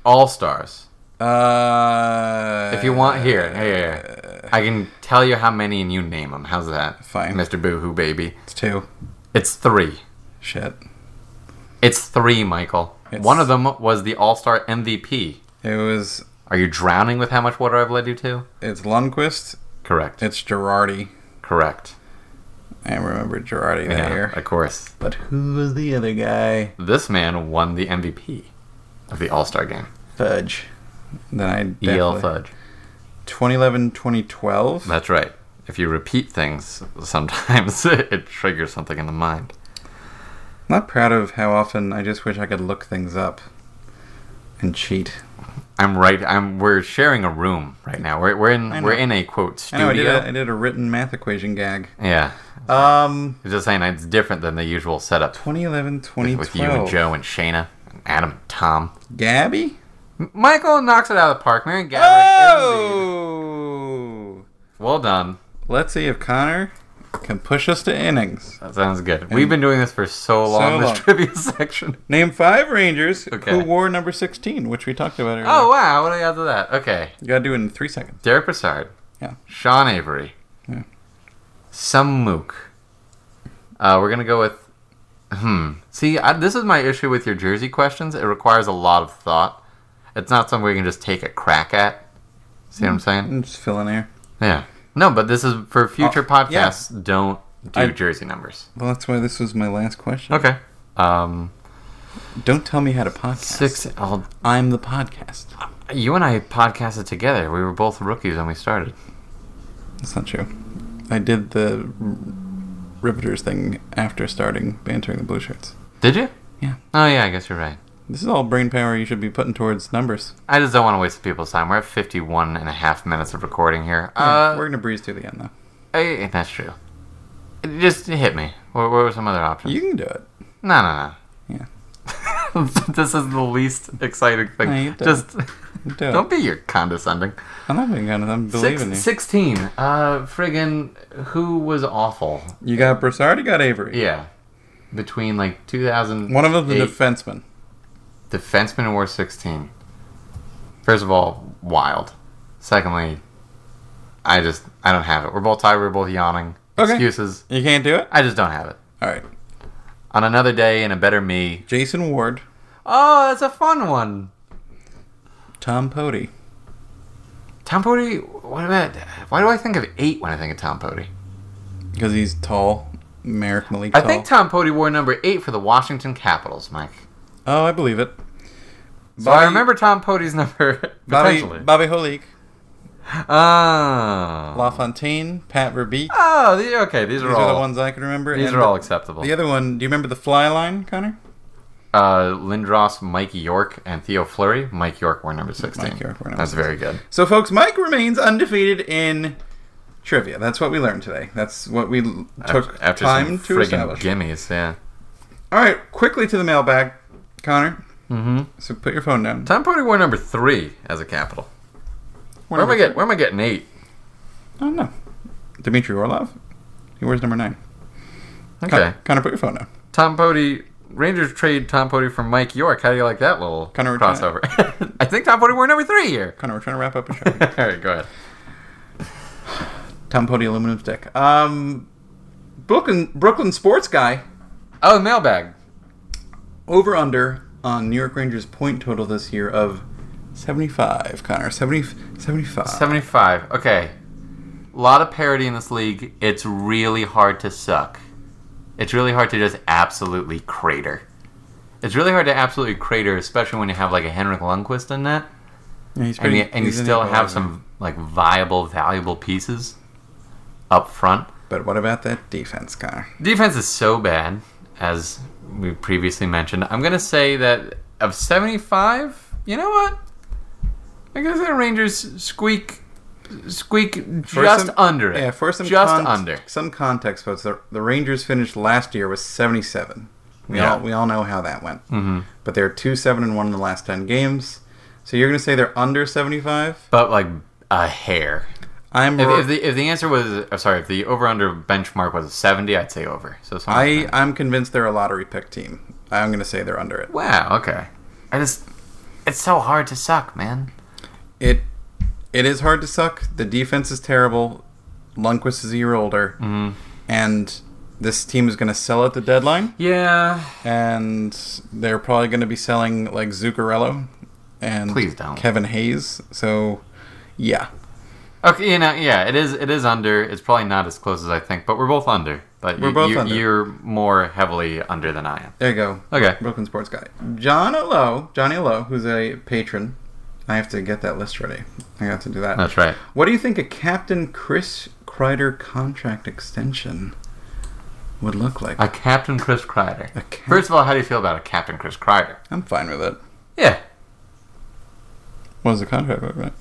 Speaker 2: All Stars.
Speaker 1: Uh,
Speaker 2: If you want, here, here, here. I can tell you how many and you name them. How's that?
Speaker 1: Fine.
Speaker 2: Mr. Boo Hoo Baby.
Speaker 1: It's two.
Speaker 2: It's three.
Speaker 1: Shit.
Speaker 2: It's three, Michael.
Speaker 1: It's-
Speaker 2: One of them was the All Star MVP.
Speaker 1: It was.
Speaker 2: Are you drowning with how much water I've led you to?
Speaker 1: It's Lundquist,
Speaker 2: Correct.
Speaker 1: It's Girardi.
Speaker 2: Correct.
Speaker 1: I remember Girardi that
Speaker 2: Yeah,
Speaker 1: year.
Speaker 2: of course.
Speaker 1: But who was the other guy?
Speaker 2: This man won the MVP of the All Star game.
Speaker 1: Fudge. Then I
Speaker 2: E.L.
Speaker 1: definitely-
Speaker 2: Fudge.
Speaker 1: 2011, 2012.
Speaker 2: That's right. If you repeat things, sometimes it triggers something in the mind.
Speaker 1: I'm not proud of how often I just wish I could look things up and cheat.
Speaker 2: I'm right. I'm. We're sharing a room right now. We're we're
Speaker 1: I
Speaker 2: in
Speaker 1: know.
Speaker 2: we're in a quote
Speaker 1: I
Speaker 2: studio.
Speaker 1: know I did, a, I did a written math equation gag.
Speaker 2: Yeah,
Speaker 1: Um,
Speaker 2: I'm just saying it's different than the usual setup
Speaker 1: 2011,
Speaker 2: with you and
Speaker 1: 2012.
Speaker 2: Joe and Shayna, and Adam, and Tom,
Speaker 1: Gabby?
Speaker 2: M- Michael knocks it out of the park. Mary Gabbard, indeed.
Speaker 1: Oh!
Speaker 2: well done.
Speaker 1: Let's see if Connor can push us to innings.
Speaker 2: That sounds good. We've been doing this for so long.
Speaker 1: long.
Speaker 2: This trivia section.
Speaker 1: Name five Rangers
Speaker 2: Okay.
Speaker 1: who wore number 16, which we talked about earlier.
Speaker 2: Oh wow! What do you have to that? Okay,
Speaker 1: You gotta do it in three seconds.
Speaker 2: Derek Brassard.
Speaker 1: Yeah.
Speaker 2: Sean Avery.
Speaker 1: Yeah.
Speaker 2: Some mook. Uh, we're gonna go with. Hmm. See, I, this is my issue with your jersey questions. It requires a lot of thought. It's not something we can just take a crack at. See
Speaker 1: Hmm.
Speaker 2: what I'm saying?
Speaker 1: I'm just filling air.
Speaker 2: Yeah. No, but this is for future
Speaker 1: Oh, yeah.
Speaker 2: podcasts. Don't do
Speaker 1: I-
Speaker 2: jersey numbers.
Speaker 1: Well, that's why this was my last question.
Speaker 2: Okay. Um,
Speaker 1: Don't tell me how to podcast.
Speaker 2: six. I'll,
Speaker 1: I'm the podcast.
Speaker 2: you and I podcasted together. We were both rookies when we started.
Speaker 1: That's not true. I did the r- Riveters thing after starting bantering the blue shirts.
Speaker 2: Did you?
Speaker 1: Yeah.
Speaker 2: Oh yeah, I guess you're right.
Speaker 1: This is all brain power you should be putting towards numbers.
Speaker 2: I just don't want to waste people's time. We're at 51 and a half minutes of recording here.
Speaker 1: Yeah,
Speaker 2: uh,
Speaker 1: we're gonna breeze to the end though.
Speaker 2: eh, that's true. Just hit me. What, what were some other options?
Speaker 1: You can do it.
Speaker 2: No, no,
Speaker 1: Yeah,
Speaker 2: no. this is the least exciting thing.
Speaker 1: No, you don't.
Speaker 2: just
Speaker 1: you do it.
Speaker 2: don't be your condescending.
Speaker 1: I'm not being kind of. I'm believing
Speaker 2: Six, 16. Uh, friggin' who was awful?
Speaker 1: you. You got Broussard. You got Avery.
Speaker 2: Yeah. Between like 2000.
Speaker 1: One of them's a defenseman.
Speaker 2: defenseman in War 16. First of all, wild. Secondly, I just I don't have it. We're both tired. We're both yawning.
Speaker 1: Okay.
Speaker 2: Excuses.
Speaker 1: You can't do it.
Speaker 2: I just don't have it.
Speaker 1: All right.
Speaker 2: On another day in a better me.
Speaker 1: Jason Ward,
Speaker 2: Oh, that's a fun one.
Speaker 1: Tom Pody.
Speaker 2: Tom Pody. What about? Why do I think of eight when I think of Tom Pody?
Speaker 1: because he's tall, Americanly
Speaker 2: I
Speaker 1: tall.
Speaker 2: think Tom Pody wore number eight for the Washington Capitals, Mike.
Speaker 1: oh, I believe it.
Speaker 2: So I remember Tom Pody's number
Speaker 1: Bobby,
Speaker 2: potentially.
Speaker 1: Bobby Holik,
Speaker 2: oh.
Speaker 1: LaFontaine, Pat Verbeek.
Speaker 2: Oh, the, okay. These,
Speaker 1: These
Speaker 2: are
Speaker 1: are,
Speaker 2: all.
Speaker 1: the ones I can remember.
Speaker 2: These
Speaker 1: and
Speaker 2: are all
Speaker 1: the-
Speaker 2: acceptable.
Speaker 1: The other one, do you remember the fly line, Connor?
Speaker 2: Uh, Lindros, Mike York, and Theo Fleury. Mike York were number 16.
Speaker 1: Mike York were number
Speaker 2: That's very good.
Speaker 1: So, folks, Mike remains undefeated in trivia. That's what we learned today. That's what we l- took
Speaker 2: Af- after
Speaker 1: time
Speaker 2: some
Speaker 1: to
Speaker 2: friggin'
Speaker 1: establish.
Speaker 2: gimmies, yeah.
Speaker 1: all right, quickly to the mailbag, Connor.
Speaker 2: Mm-hmm.
Speaker 1: So put your phone down.
Speaker 2: Tom Purdy wore number three as a capital. Where am I getting? Where am I getting eight?
Speaker 1: I don't know. Dmitry Orlov. He wears number nine.
Speaker 2: Okay.
Speaker 1: Con- Connor, put your phone down.
Speaker 2: Tom Purdy. Rangers trade Tom Purdy for Mike York. How do you like that little
Speaker 1: Kinda retired.
Speaker 2: crossover? I think Tom Purdy wore number three here.
Speaker 1: Connor, we're trying to wrap up a show.
Speaker 2: All right, go ahead.
Speaker 1: Tom Pody aluminum stick. Um, Brooklyn Brooklyn sports guy
Speaker 2: Oh, mailbag.
Speaker 1: over under on New York Rangers point total this year of 75. Connor 70 75.
Speaker 2: 75. Okay. A lot of parity in this league. It's really hard to suck. It's really hard to just absolutely crater. It's really hard to absolutely crater, especially when you have like a Henrik Lundqvist in that,
Speaker 1: Yeah, he's
Speaker 2: and
Speaker 1: pretty-
Speaker 2: you, and you
Speaker 1: he's an
Speaker 2: still have
Speaker 1: equalizer.
Speaker 2: some like viable, valuable pieces up front.
Speaker 1: But what about that defense, Connor?
Speaker 2: Defense is so bad, as we previously mentioned. I'm gonna say that of 75, you know what? I'm gonna say Rangers squeak, squeak
Speaker 1: For
Speaker 2: just
Speaker 1: some-
Speaker 2: under it.
Speaker 1: Yeah, for some
Speaker 2: just
Speaker 1: con-
Speaker 2: under.
Speaker 1: some context, folks. The, the Rangers finished last year with 77. We
Speaker 2: Yeah.
Speaker 1: all we all know how that went. Mm-hmm. But they're two seven and one in the last ten games. So you're going to say they're under 75?
Speaker 2: But like a hair.
Speaker 1: I'm
Speaker 2: If,
Speaker 1: ro-
Speaker 2: if the if the answer was, oh, sorry, if the over under benchmark was 70, I'd say over. So something like
Speaker 1: I
Speaker 2: that.
Speaker 1: I'm convinced they're a lottery pick team. I'm going to say they're under it.
Speaker 2: wow, okay. I just, it's so hard to suck, man.
Speaker 1: It it is hard to suck. The defense is terrible. Lundqvist is a year older,
Speaker 2: Mm-hmm.
Speaker 1: and this team is going to sell at the deadline.
Speaker 2: Yeah.
Speaker 1: and they're probably going to be selling like Zuccarello and
Speaker 2: Please don't.
Speaker 1: Kevin Hayes. So, yeah,
Speaker 2: Okay, you know, yeah, it is. It is under. It's probably not as close as I think, but we're both under. But
Speaker 1: We're
Speaker 2: you,
Speaker 1: both
Speaker 2: you,
Speaker 1: under.
Speaker 2: You're more heavily under than I am.
Speaker 1: There you go.
Speaker 2: Okay.
Speaker 1: Brooklyn sports guy. John Olo, Johnny Olo, who's a patron. I have to get that list ready. I got to do that.
Speaker 2: That's right.
Speaker 1: What do you think a Captain Chris Kreider contract extension would look like?
Speaker 2: A Captain Chris Kreider.
Speaker 1: A cap-
Speaker 2: First of all, how do you feel about a Captain Chris Kreider?
Speaker 1: I'm fine with it.
Speaker 2: Yeah,
Speaker 1: What is the contract look like?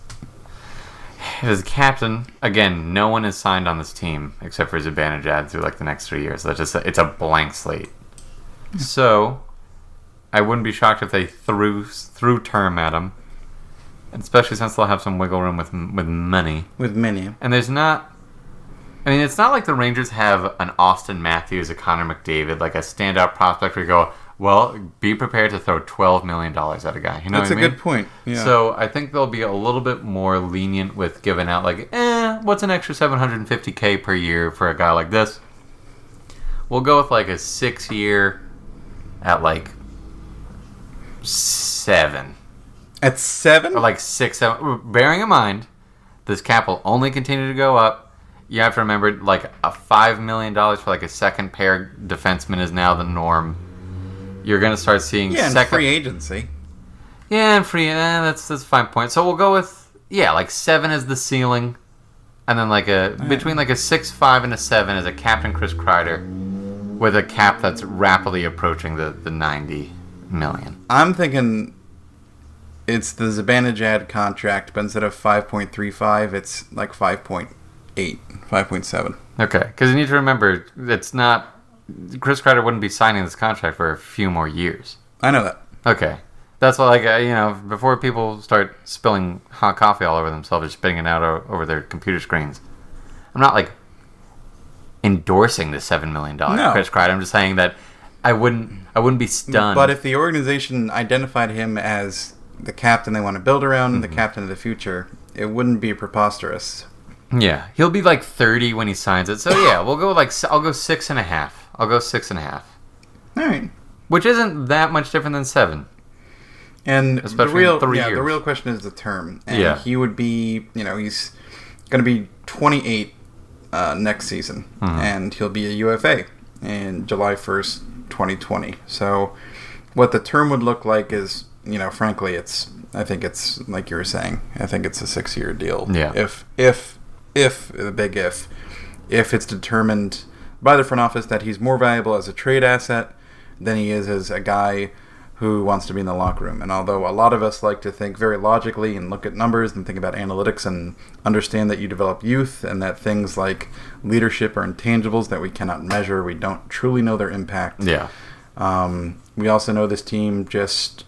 Speaker 2: As captain, again, no one is signed on this team except for Zibanejad through like the next three years. That's just it's a blank slate. So, I wouldn't be shocked if they threw threw term at him, And especially since they'll have some wiggle room with with money.
Speaker 1: With many.
Speaker 2: And there's not. I mean, it's not like the Rangers have an Austin Matthews, a Connor McDavid, like a standout prospect where you go, well, be prepared to throw twelve million dollars at a guy. You know
Speaker 1: That's
Speaker 2: what
Speaker 1: a
Speaker 2: I mean?
Speaker 1: good point. Yeah.
Speaker 2: So I think they'll be a little bit more lenient with giving out like, eh, what's an extra 750k per year for a guy like this? We'll go with like a six year at like seven
Speaker 1: At seven?
Speaker 2: or like six, seven. Bearing in mind, this cap will only continue to go up. You have to remember, like a five million dollars for like a second pair defenseman is now the norm. You're gonna start seeing
Speaker 1: yeah, in
Speaker 2: second
Speaker 1: free agency.
Speaker 2: yeah, and free. Eh, that's that's a fine point. So we'll go with yeah, like seven is the ceiling, and then like a between like a six, five, and a seven is a Captain Chris Kreider, with a cap that's rapidly approaching the the ninety million.
Speaker 1: I'm thinking it's the Zibanejad contract, but instead of 5.35, it's like 5.8, 5.7.
Speaker 2: Okay, because you need to remember it's not Chris Kreider wouldn't be signing this contract for a few more years.
Speaker 1: I know that.
Speaker 2: Okay. That's why, like, uh, you know, before people start spilling hot coffee all over themselves or spitting it out o- over their computer screens, I'm not, like, endorsing the $7 million
Speaker 1: No.
Speaker 2: Chris Kreider. I'm just saying that I wouldn't I wouldn't be stunned.
Speaker 1: But if the organization identified him as the captain they want to build around,
Speaker 2: Mm-hmm.
Speaker 1: the captain of the future, it wouldn't be preposterous.
Speaker 2: yeah, he'll be, like, 30 when he signs it. So, yeah, we'll go, like, s- I'll go six and a half. I'll go six and a half,
Speaker 1: All right.
Speaker 2: which isn't that much different than seven.
Speaker 1: And
Speaker 2: Especially in
Speaker 1: the real,
Speaker 2: three
Speaker 1: yeah, the
Speaker 2: years.
Speaker 1: real question is the term. And
Speaker 2: Yeah.
Speaker 1: he would be, you know, he's going to be 28 uh, next season,
Speaker 2: Mm-hmm.
Speaker 1: and he'll be a UFA in July 1st, 2020. So, what the term would look like is, you know, frankly, it's I think it's like you were saying. I think it's a six-year deal.
Speaker 2: Yeah.
Speaker 1: If if if the big if if it's determined by the front office that he's more valuable as a trade asset than he is as a guy who wants to be in the locker room. And although a lot of us like to think very logically and look at numbers and think about analytics and understand that you develop youth and that things like leadership are intangibles that we cannot measure, we don't truly know their impact.
Speaker 2: Yeah.
Speaker 1: Um, we also know this team just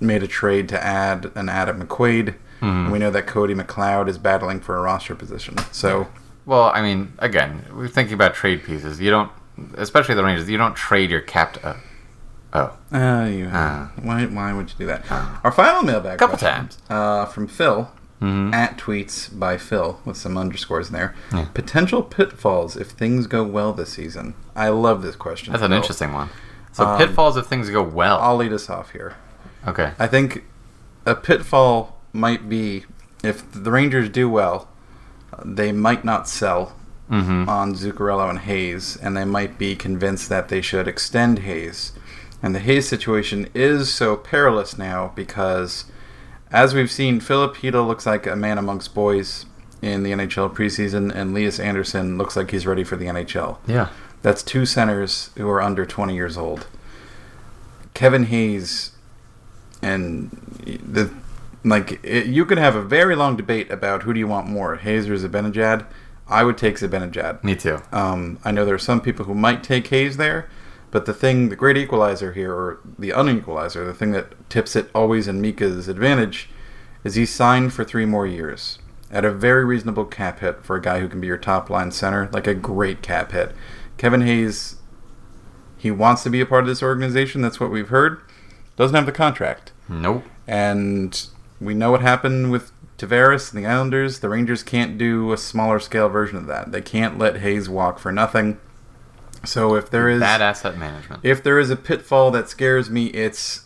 Speaker 1: made a trade to add an Adam McQuaid.
Speaker 2: Hmm.
Speaker 1: And we know that Cody McLeod is battling for a roster position. So,
Speaker 2: Well, I mean, again, we're thinking about trade pieces. You don't, especially the Rangers, you don't trade your cap to. Oh,
Speaker 1: uh, you,
Speaker 2: Ah.
Speaker 1: why, why would you do that? Our final mailbag
Speaker 2: a couple
Speaker 1: question,
Speaker 2: times.
Speaker 1: uh, from Phil
Speaker 2: Mm-hmm.
Speaker 1: at tweets by Phil with some underscores in there. Potential pitfalls if things go well this season. I love this question.
Speaker 2: That's an
Speaker 1: Phil.
Speaker 2: interesting one. So pitfalls if things go well.
Speaker 1: I'll lead us off here.
Speaker 2: Okay.
Speaker 1: I think a pitfall might be if the Rangers do well, they might not sell
Speaker 2: Mm-hmm.
Speaker 1: on Zuccarello and Hayes, and they might be convinced that they should extend Hayes. And the Hayes situation is so perilous now because, as we've seen, Philip Hedl looks like a man amongst boys in the NHL preseason, and Leas Anderson looks like he's ready for the NHL.
Speaker 2: Yeah.
Speaker 1: That's two centers who are under 20 years old. Kevin Hayes and the like it, you could have a very long debate about who do you want more, Hayes or Zibanejad. I would take Zibanejad.
Speaker 2: Me too.
Speaker 1: Um, I know there are some people who might take Hayes there, but the thing, the great equalizer here, or the unequalizer, the thing that tips it always in Mika's advantage, is he signed for three more years at a very reasonable cap hit for a guy who can be your top line center, like a great cap hit. Kevin Hayes, he wants to be a part of this organization. That's what we've heard. Doesn't have the contract.
Speaker 2: Nope.
Speaker 1: And we know what happened with Tavares and the Islanders. The Rangers can't do a smaller scale version of that. They can't let Hayes walk for nothing. So if there is
Speaker 2: Bad asset management.
Speaker 1: if there is a pitfall that scares me, it's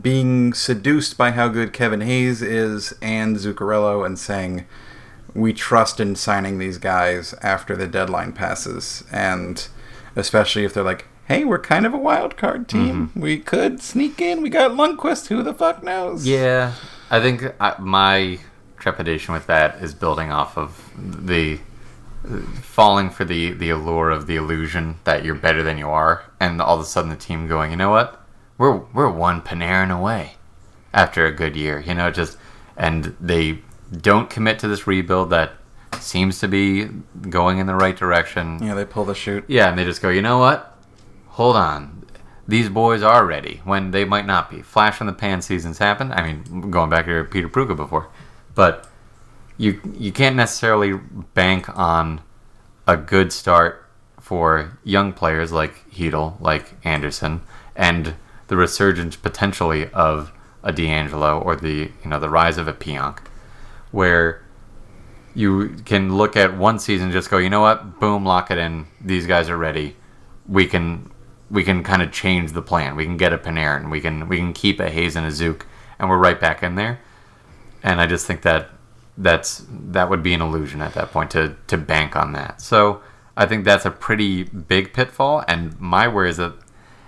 Speaker 1: being seduced by how good Kevin Hayes is and Zuccarello and saying, we trust in signing these guys after the deadline passes. And especially if they're like, hey, we're kind of a wild card team. We could sneak in. We got Lundqvist. Who the fuck knows?
Speaker 2: Yeah, I think I, my trepidation with that is building off of the falling for the the allure of the illusion that you're better than you are, and all of a sudden the team going, you know what, we're we're one Panarin away after a good year, you know, just and they don't commit to this rebuild that seems to be going in the right direction.
Speaker 1: Yeah, they pull the shoot.
Speaker 2: Yeah, and they just go, you know what? Hold on. These boys are ready when they might not be. Flash in the pan seasons happen. I mean, going back to Peter Pruka before, but you you can't necessarily bank on a good start for young players like Heedle, like Anderson, and the resurgence potentially of a D'Angelo or the you know the rise of a Pionk, where you can look at one season and just go, you know what, boom, lock it in. These guys are ready. We can we can kind of change the plan. We can get a Panarin. We can we can keep a Hayes and a Zook, and we're right back in there. And I just think that that's that would be an illusion at that point to to bank on that. So I think that's a pretty big pitfall. And my worry is that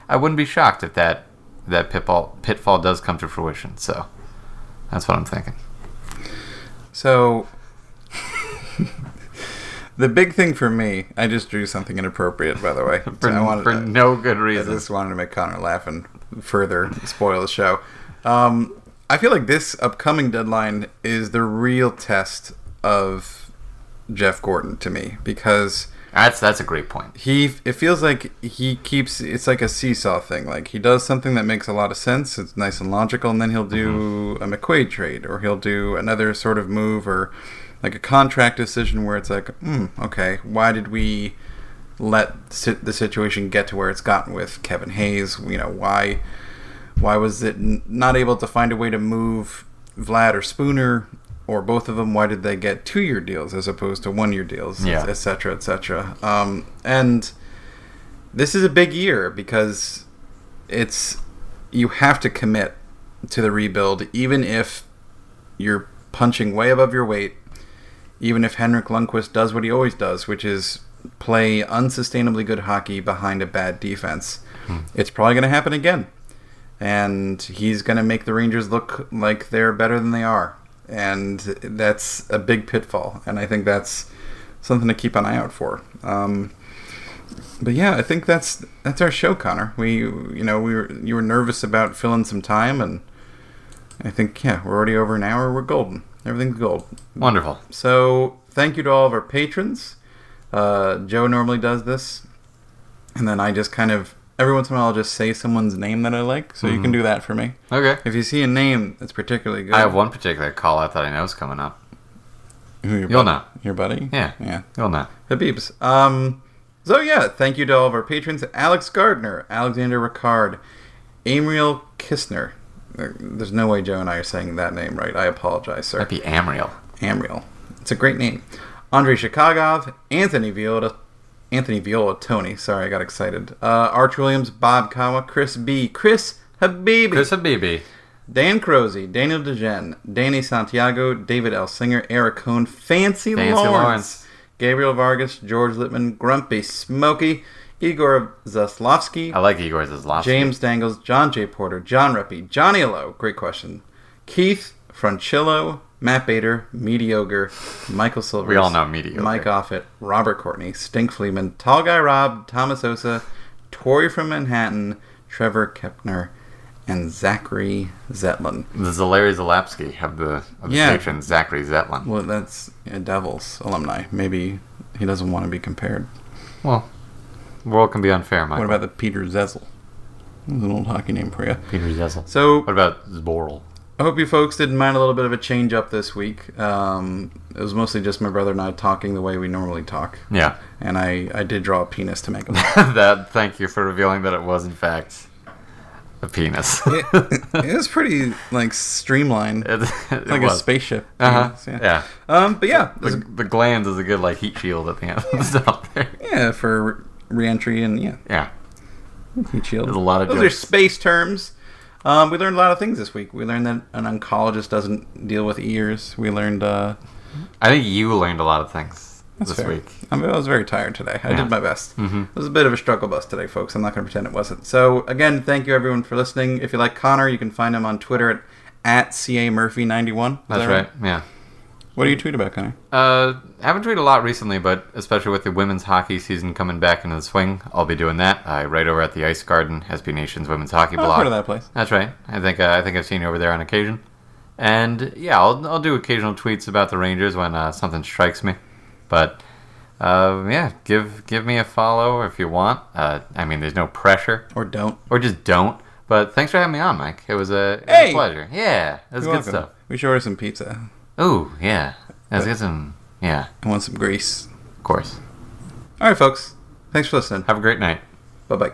Speaker 2: I wouldn't be shocked if that that pitfall pitfall does come to fruition. So that's what I'm thinking.
Speaker 1: So the big thing for me, I just drew something inappropriate, by the way.
Speaker 2: For,
Speaker 1: I wanted
Speaker 2: for
Speaker 1: to-
Speaker 2: no good
Speaker 1: I
Speaker 2: reason.
Speaker 1: just wanted to make Connor laugh and further spoil the show. Um, I feel like this upcoming deadline is the real test of Jeff Gordon to me because
Speaker 2: That's that's a great point.
Speaker 1: he it feels like he keeps it's like a seesaw thing like he does something that makes a lot of sense it's nice and logical and then he'll do a McQuaid trade or he'll do another sort of move or like a contract decision where it's like mm, okay why did we let sit the situation get to where it's gotten with Kevin Hayes you know why why was it n- not able to find a way to move Vlad or Spooner or both of them? Why did they get two year deals as opposed to one year deals,
Speaker 2: Yeah.
Speaker 1: et cetera, et cetera? Um, and this is a big year because it's you have to commit to the rebuild, even if you're punching way above your weight, even if Henrik Lundqvist does what he always does, which is play unsustainably good hockey behind a bad defense. It's probably going to happen again and he's going to make the Rangers look like they're better than they are. And that's a big pitfall, and I think that's something to keep an eye out for. Um, but yeah, I think that's that's our show, Connor. We you know we were you were nervous about filling some time, and I think yeah we're already over an hour. We're golden. Everything's gold.
Speaker 2: Wonderful.
Speaker 1: So thank you to all of our patrons. Uh, Joe normally does this, and then I just kind of every once in a while I'll just say someone's name that I like. So you can do that for me.
Speaker 2: Okay.
Speaker 1: If you see a name that's particularly good,
Speaker 2: Mm-hmm. I have one particular call out that I know is coming up.
Speaker 1: Who, your,
Speaker 2: You'll
Speaker 1: bud-
Speaker 2: know.
Speaker 1: your buddy.
Speaker 2: Yeah.
Speaker 1: yeah.
Speaker 2: You'll know.
Speaker 1: Habibs. Um, so yeah, thank you to all of our patrons: Alex Gardner, Alexander Ricard, Amriel Kistner. There- There's no way Joe and I are saying that name right. I apologize, sir.
Speaker 2: That'd be Amriel.
Speaker 1: Amriel. It's a great name. Andre Chikagov, Anthony Viola, Anthony Viola, Tony. Sorry, I got excited. Uh, Arch Williams, Bob Kawa, Chris B, Chris Habibi,
Speaker 2: Chris Habibi.
Speaker 1: Dan Crozy, Daniel DeGen, Danny Santiago, David L. Singer, Eric Cohn, Fancy,
Speaker 2: Fancy
Speaker 1: Lawrence,
Speaker 2: Lawrence.
Speaker 1: Gabriel Vargas, George Littman, Grumpy Smokey, Igor Zaslavsky,
Speaker 2: I like Igor's as last.
Speaker 1: James Dangles, John J. Porter, John Reppy, Johnny Lowe, great question. Keith Francillo, Matt Bader, Mediocre, Michael Silvers.
Speaker 2: We all know Mediocre.
Speaker 1: Mike Offit, Robert Courtney, Stink Fleeman, Tall Guy Rob, Thomas Osa, Tori from Manhattan, Trevor Kepner, and Zachary Zetlin.
Speaker 2: The Zaleri Zalapsky of the, of the
Speaker 1: Yeah.
Speaker 2: patron Zachary Zetlin.
Speaker 1: Well, that's a Devils alumni. Maybe he doesn't want to be compared.
Speaker 2: Well, the world can be unfair, Mike.
Speaker 1: What about the Peter Zezel? That was an old hockey name for you.
Speaker 2: Peter Zezel?
Speaker 1: So
Speaker 2: What about Zboril?
Speaker 1: I hope you folks didn't mind a little bit of a change up this week. Um, it was mostly just my brother and I talking the way we normally talk,
Speaker 2: Yeah.
Speaker 1: and I, I did draw a penis to make him.
Speaker 2: that. Thank you for revealing that it was in fact a penis.
Speaker 1: it, it was pretty like streamlined,
Speaker 2: It- it
Speaker 1: like a
Speaker 2: was.
Speaker 1: spaceship.
Speaker 2: Uh-huh.
Speaker 1: penis,
Speaker 2: Yeah.
Speaker 1: Um, but yeah,
Speaker 2: The,
Speaker 1: this is-
Speaker 2: the glands is a good like heat shield at the end of the top there.
Speaker 1: yeah for re- reentry and yeah,
Speaker 2: Yeah.
Speaker 1: heat shield.
Speaker 2: There's a lot of
Speaker 1: Those are
Speaker 2: jokes.
Speaker 1: space terms. Um, we learned a lot of things this week. We learned that an oncologist doesn't deal with ears. We learned. Uh,
Speaker 2: I think you learned a lot of things
Speaker 1: That's
Speaker 2: this
Speaker 1: fair.
Speaker 2: week.
Speaker 1: I mean, I was very tired today. I
Speaker 2: Yeah.
Speaker 1: did my best.
Speaker 2: Mhm.
Speaker 1: It was a bit of a struggle bus today, folks. I'm not going to pretend it wasn't. So, again, thank you everyone for listening. If you like Connor, you can find him on Twitter at, at CAMurphy91. Is
Speaker 2: That's
Speaker 1: that
Speaker 2: right. Yeah.
Speaker 1: What do you tweet about, Connor?
Speaker 2: Uh, haven't tweeted a lot recently, but especially with the women's hockey season coming back into the swing, I'll be doing that. I write over at the Ice Garden, SB Nation's women's hockey
Speaker 1: Oh, I've
Speaker 2: blog.
Speaker 1: heard of that place.
Speaker 2: That's right. I think uh, I think I've seen you over there on occasion, and yeah, I'll I'll do occasional tweets about the Rangers when uh, something strikes me. But uh, yeah, give give me a follow if you want. Uh, I mean, there's no pressure,
Speaker 1: Or don't.
Speaker 2: or just don't. But thanks for having me on, Mike. It was a, it was
Speaker 1: Hey!
Speaker 2: a pleasure. Yeah, it was
Speaker 1: You're
Speaker 2: good
Speaker 1: welcome.
Speaker 2: stuff.
Speaker 1: We should order some pizza.
Speaker 2: Ooh, yeah, it was good. Some yeah,
Speaker 1: I want some grease.
Speaker 2: of course.
Speaker 1: All right, folks. Thanks for listening.
Speaker 2: Have a great night.
Speaker 1: Bye bye.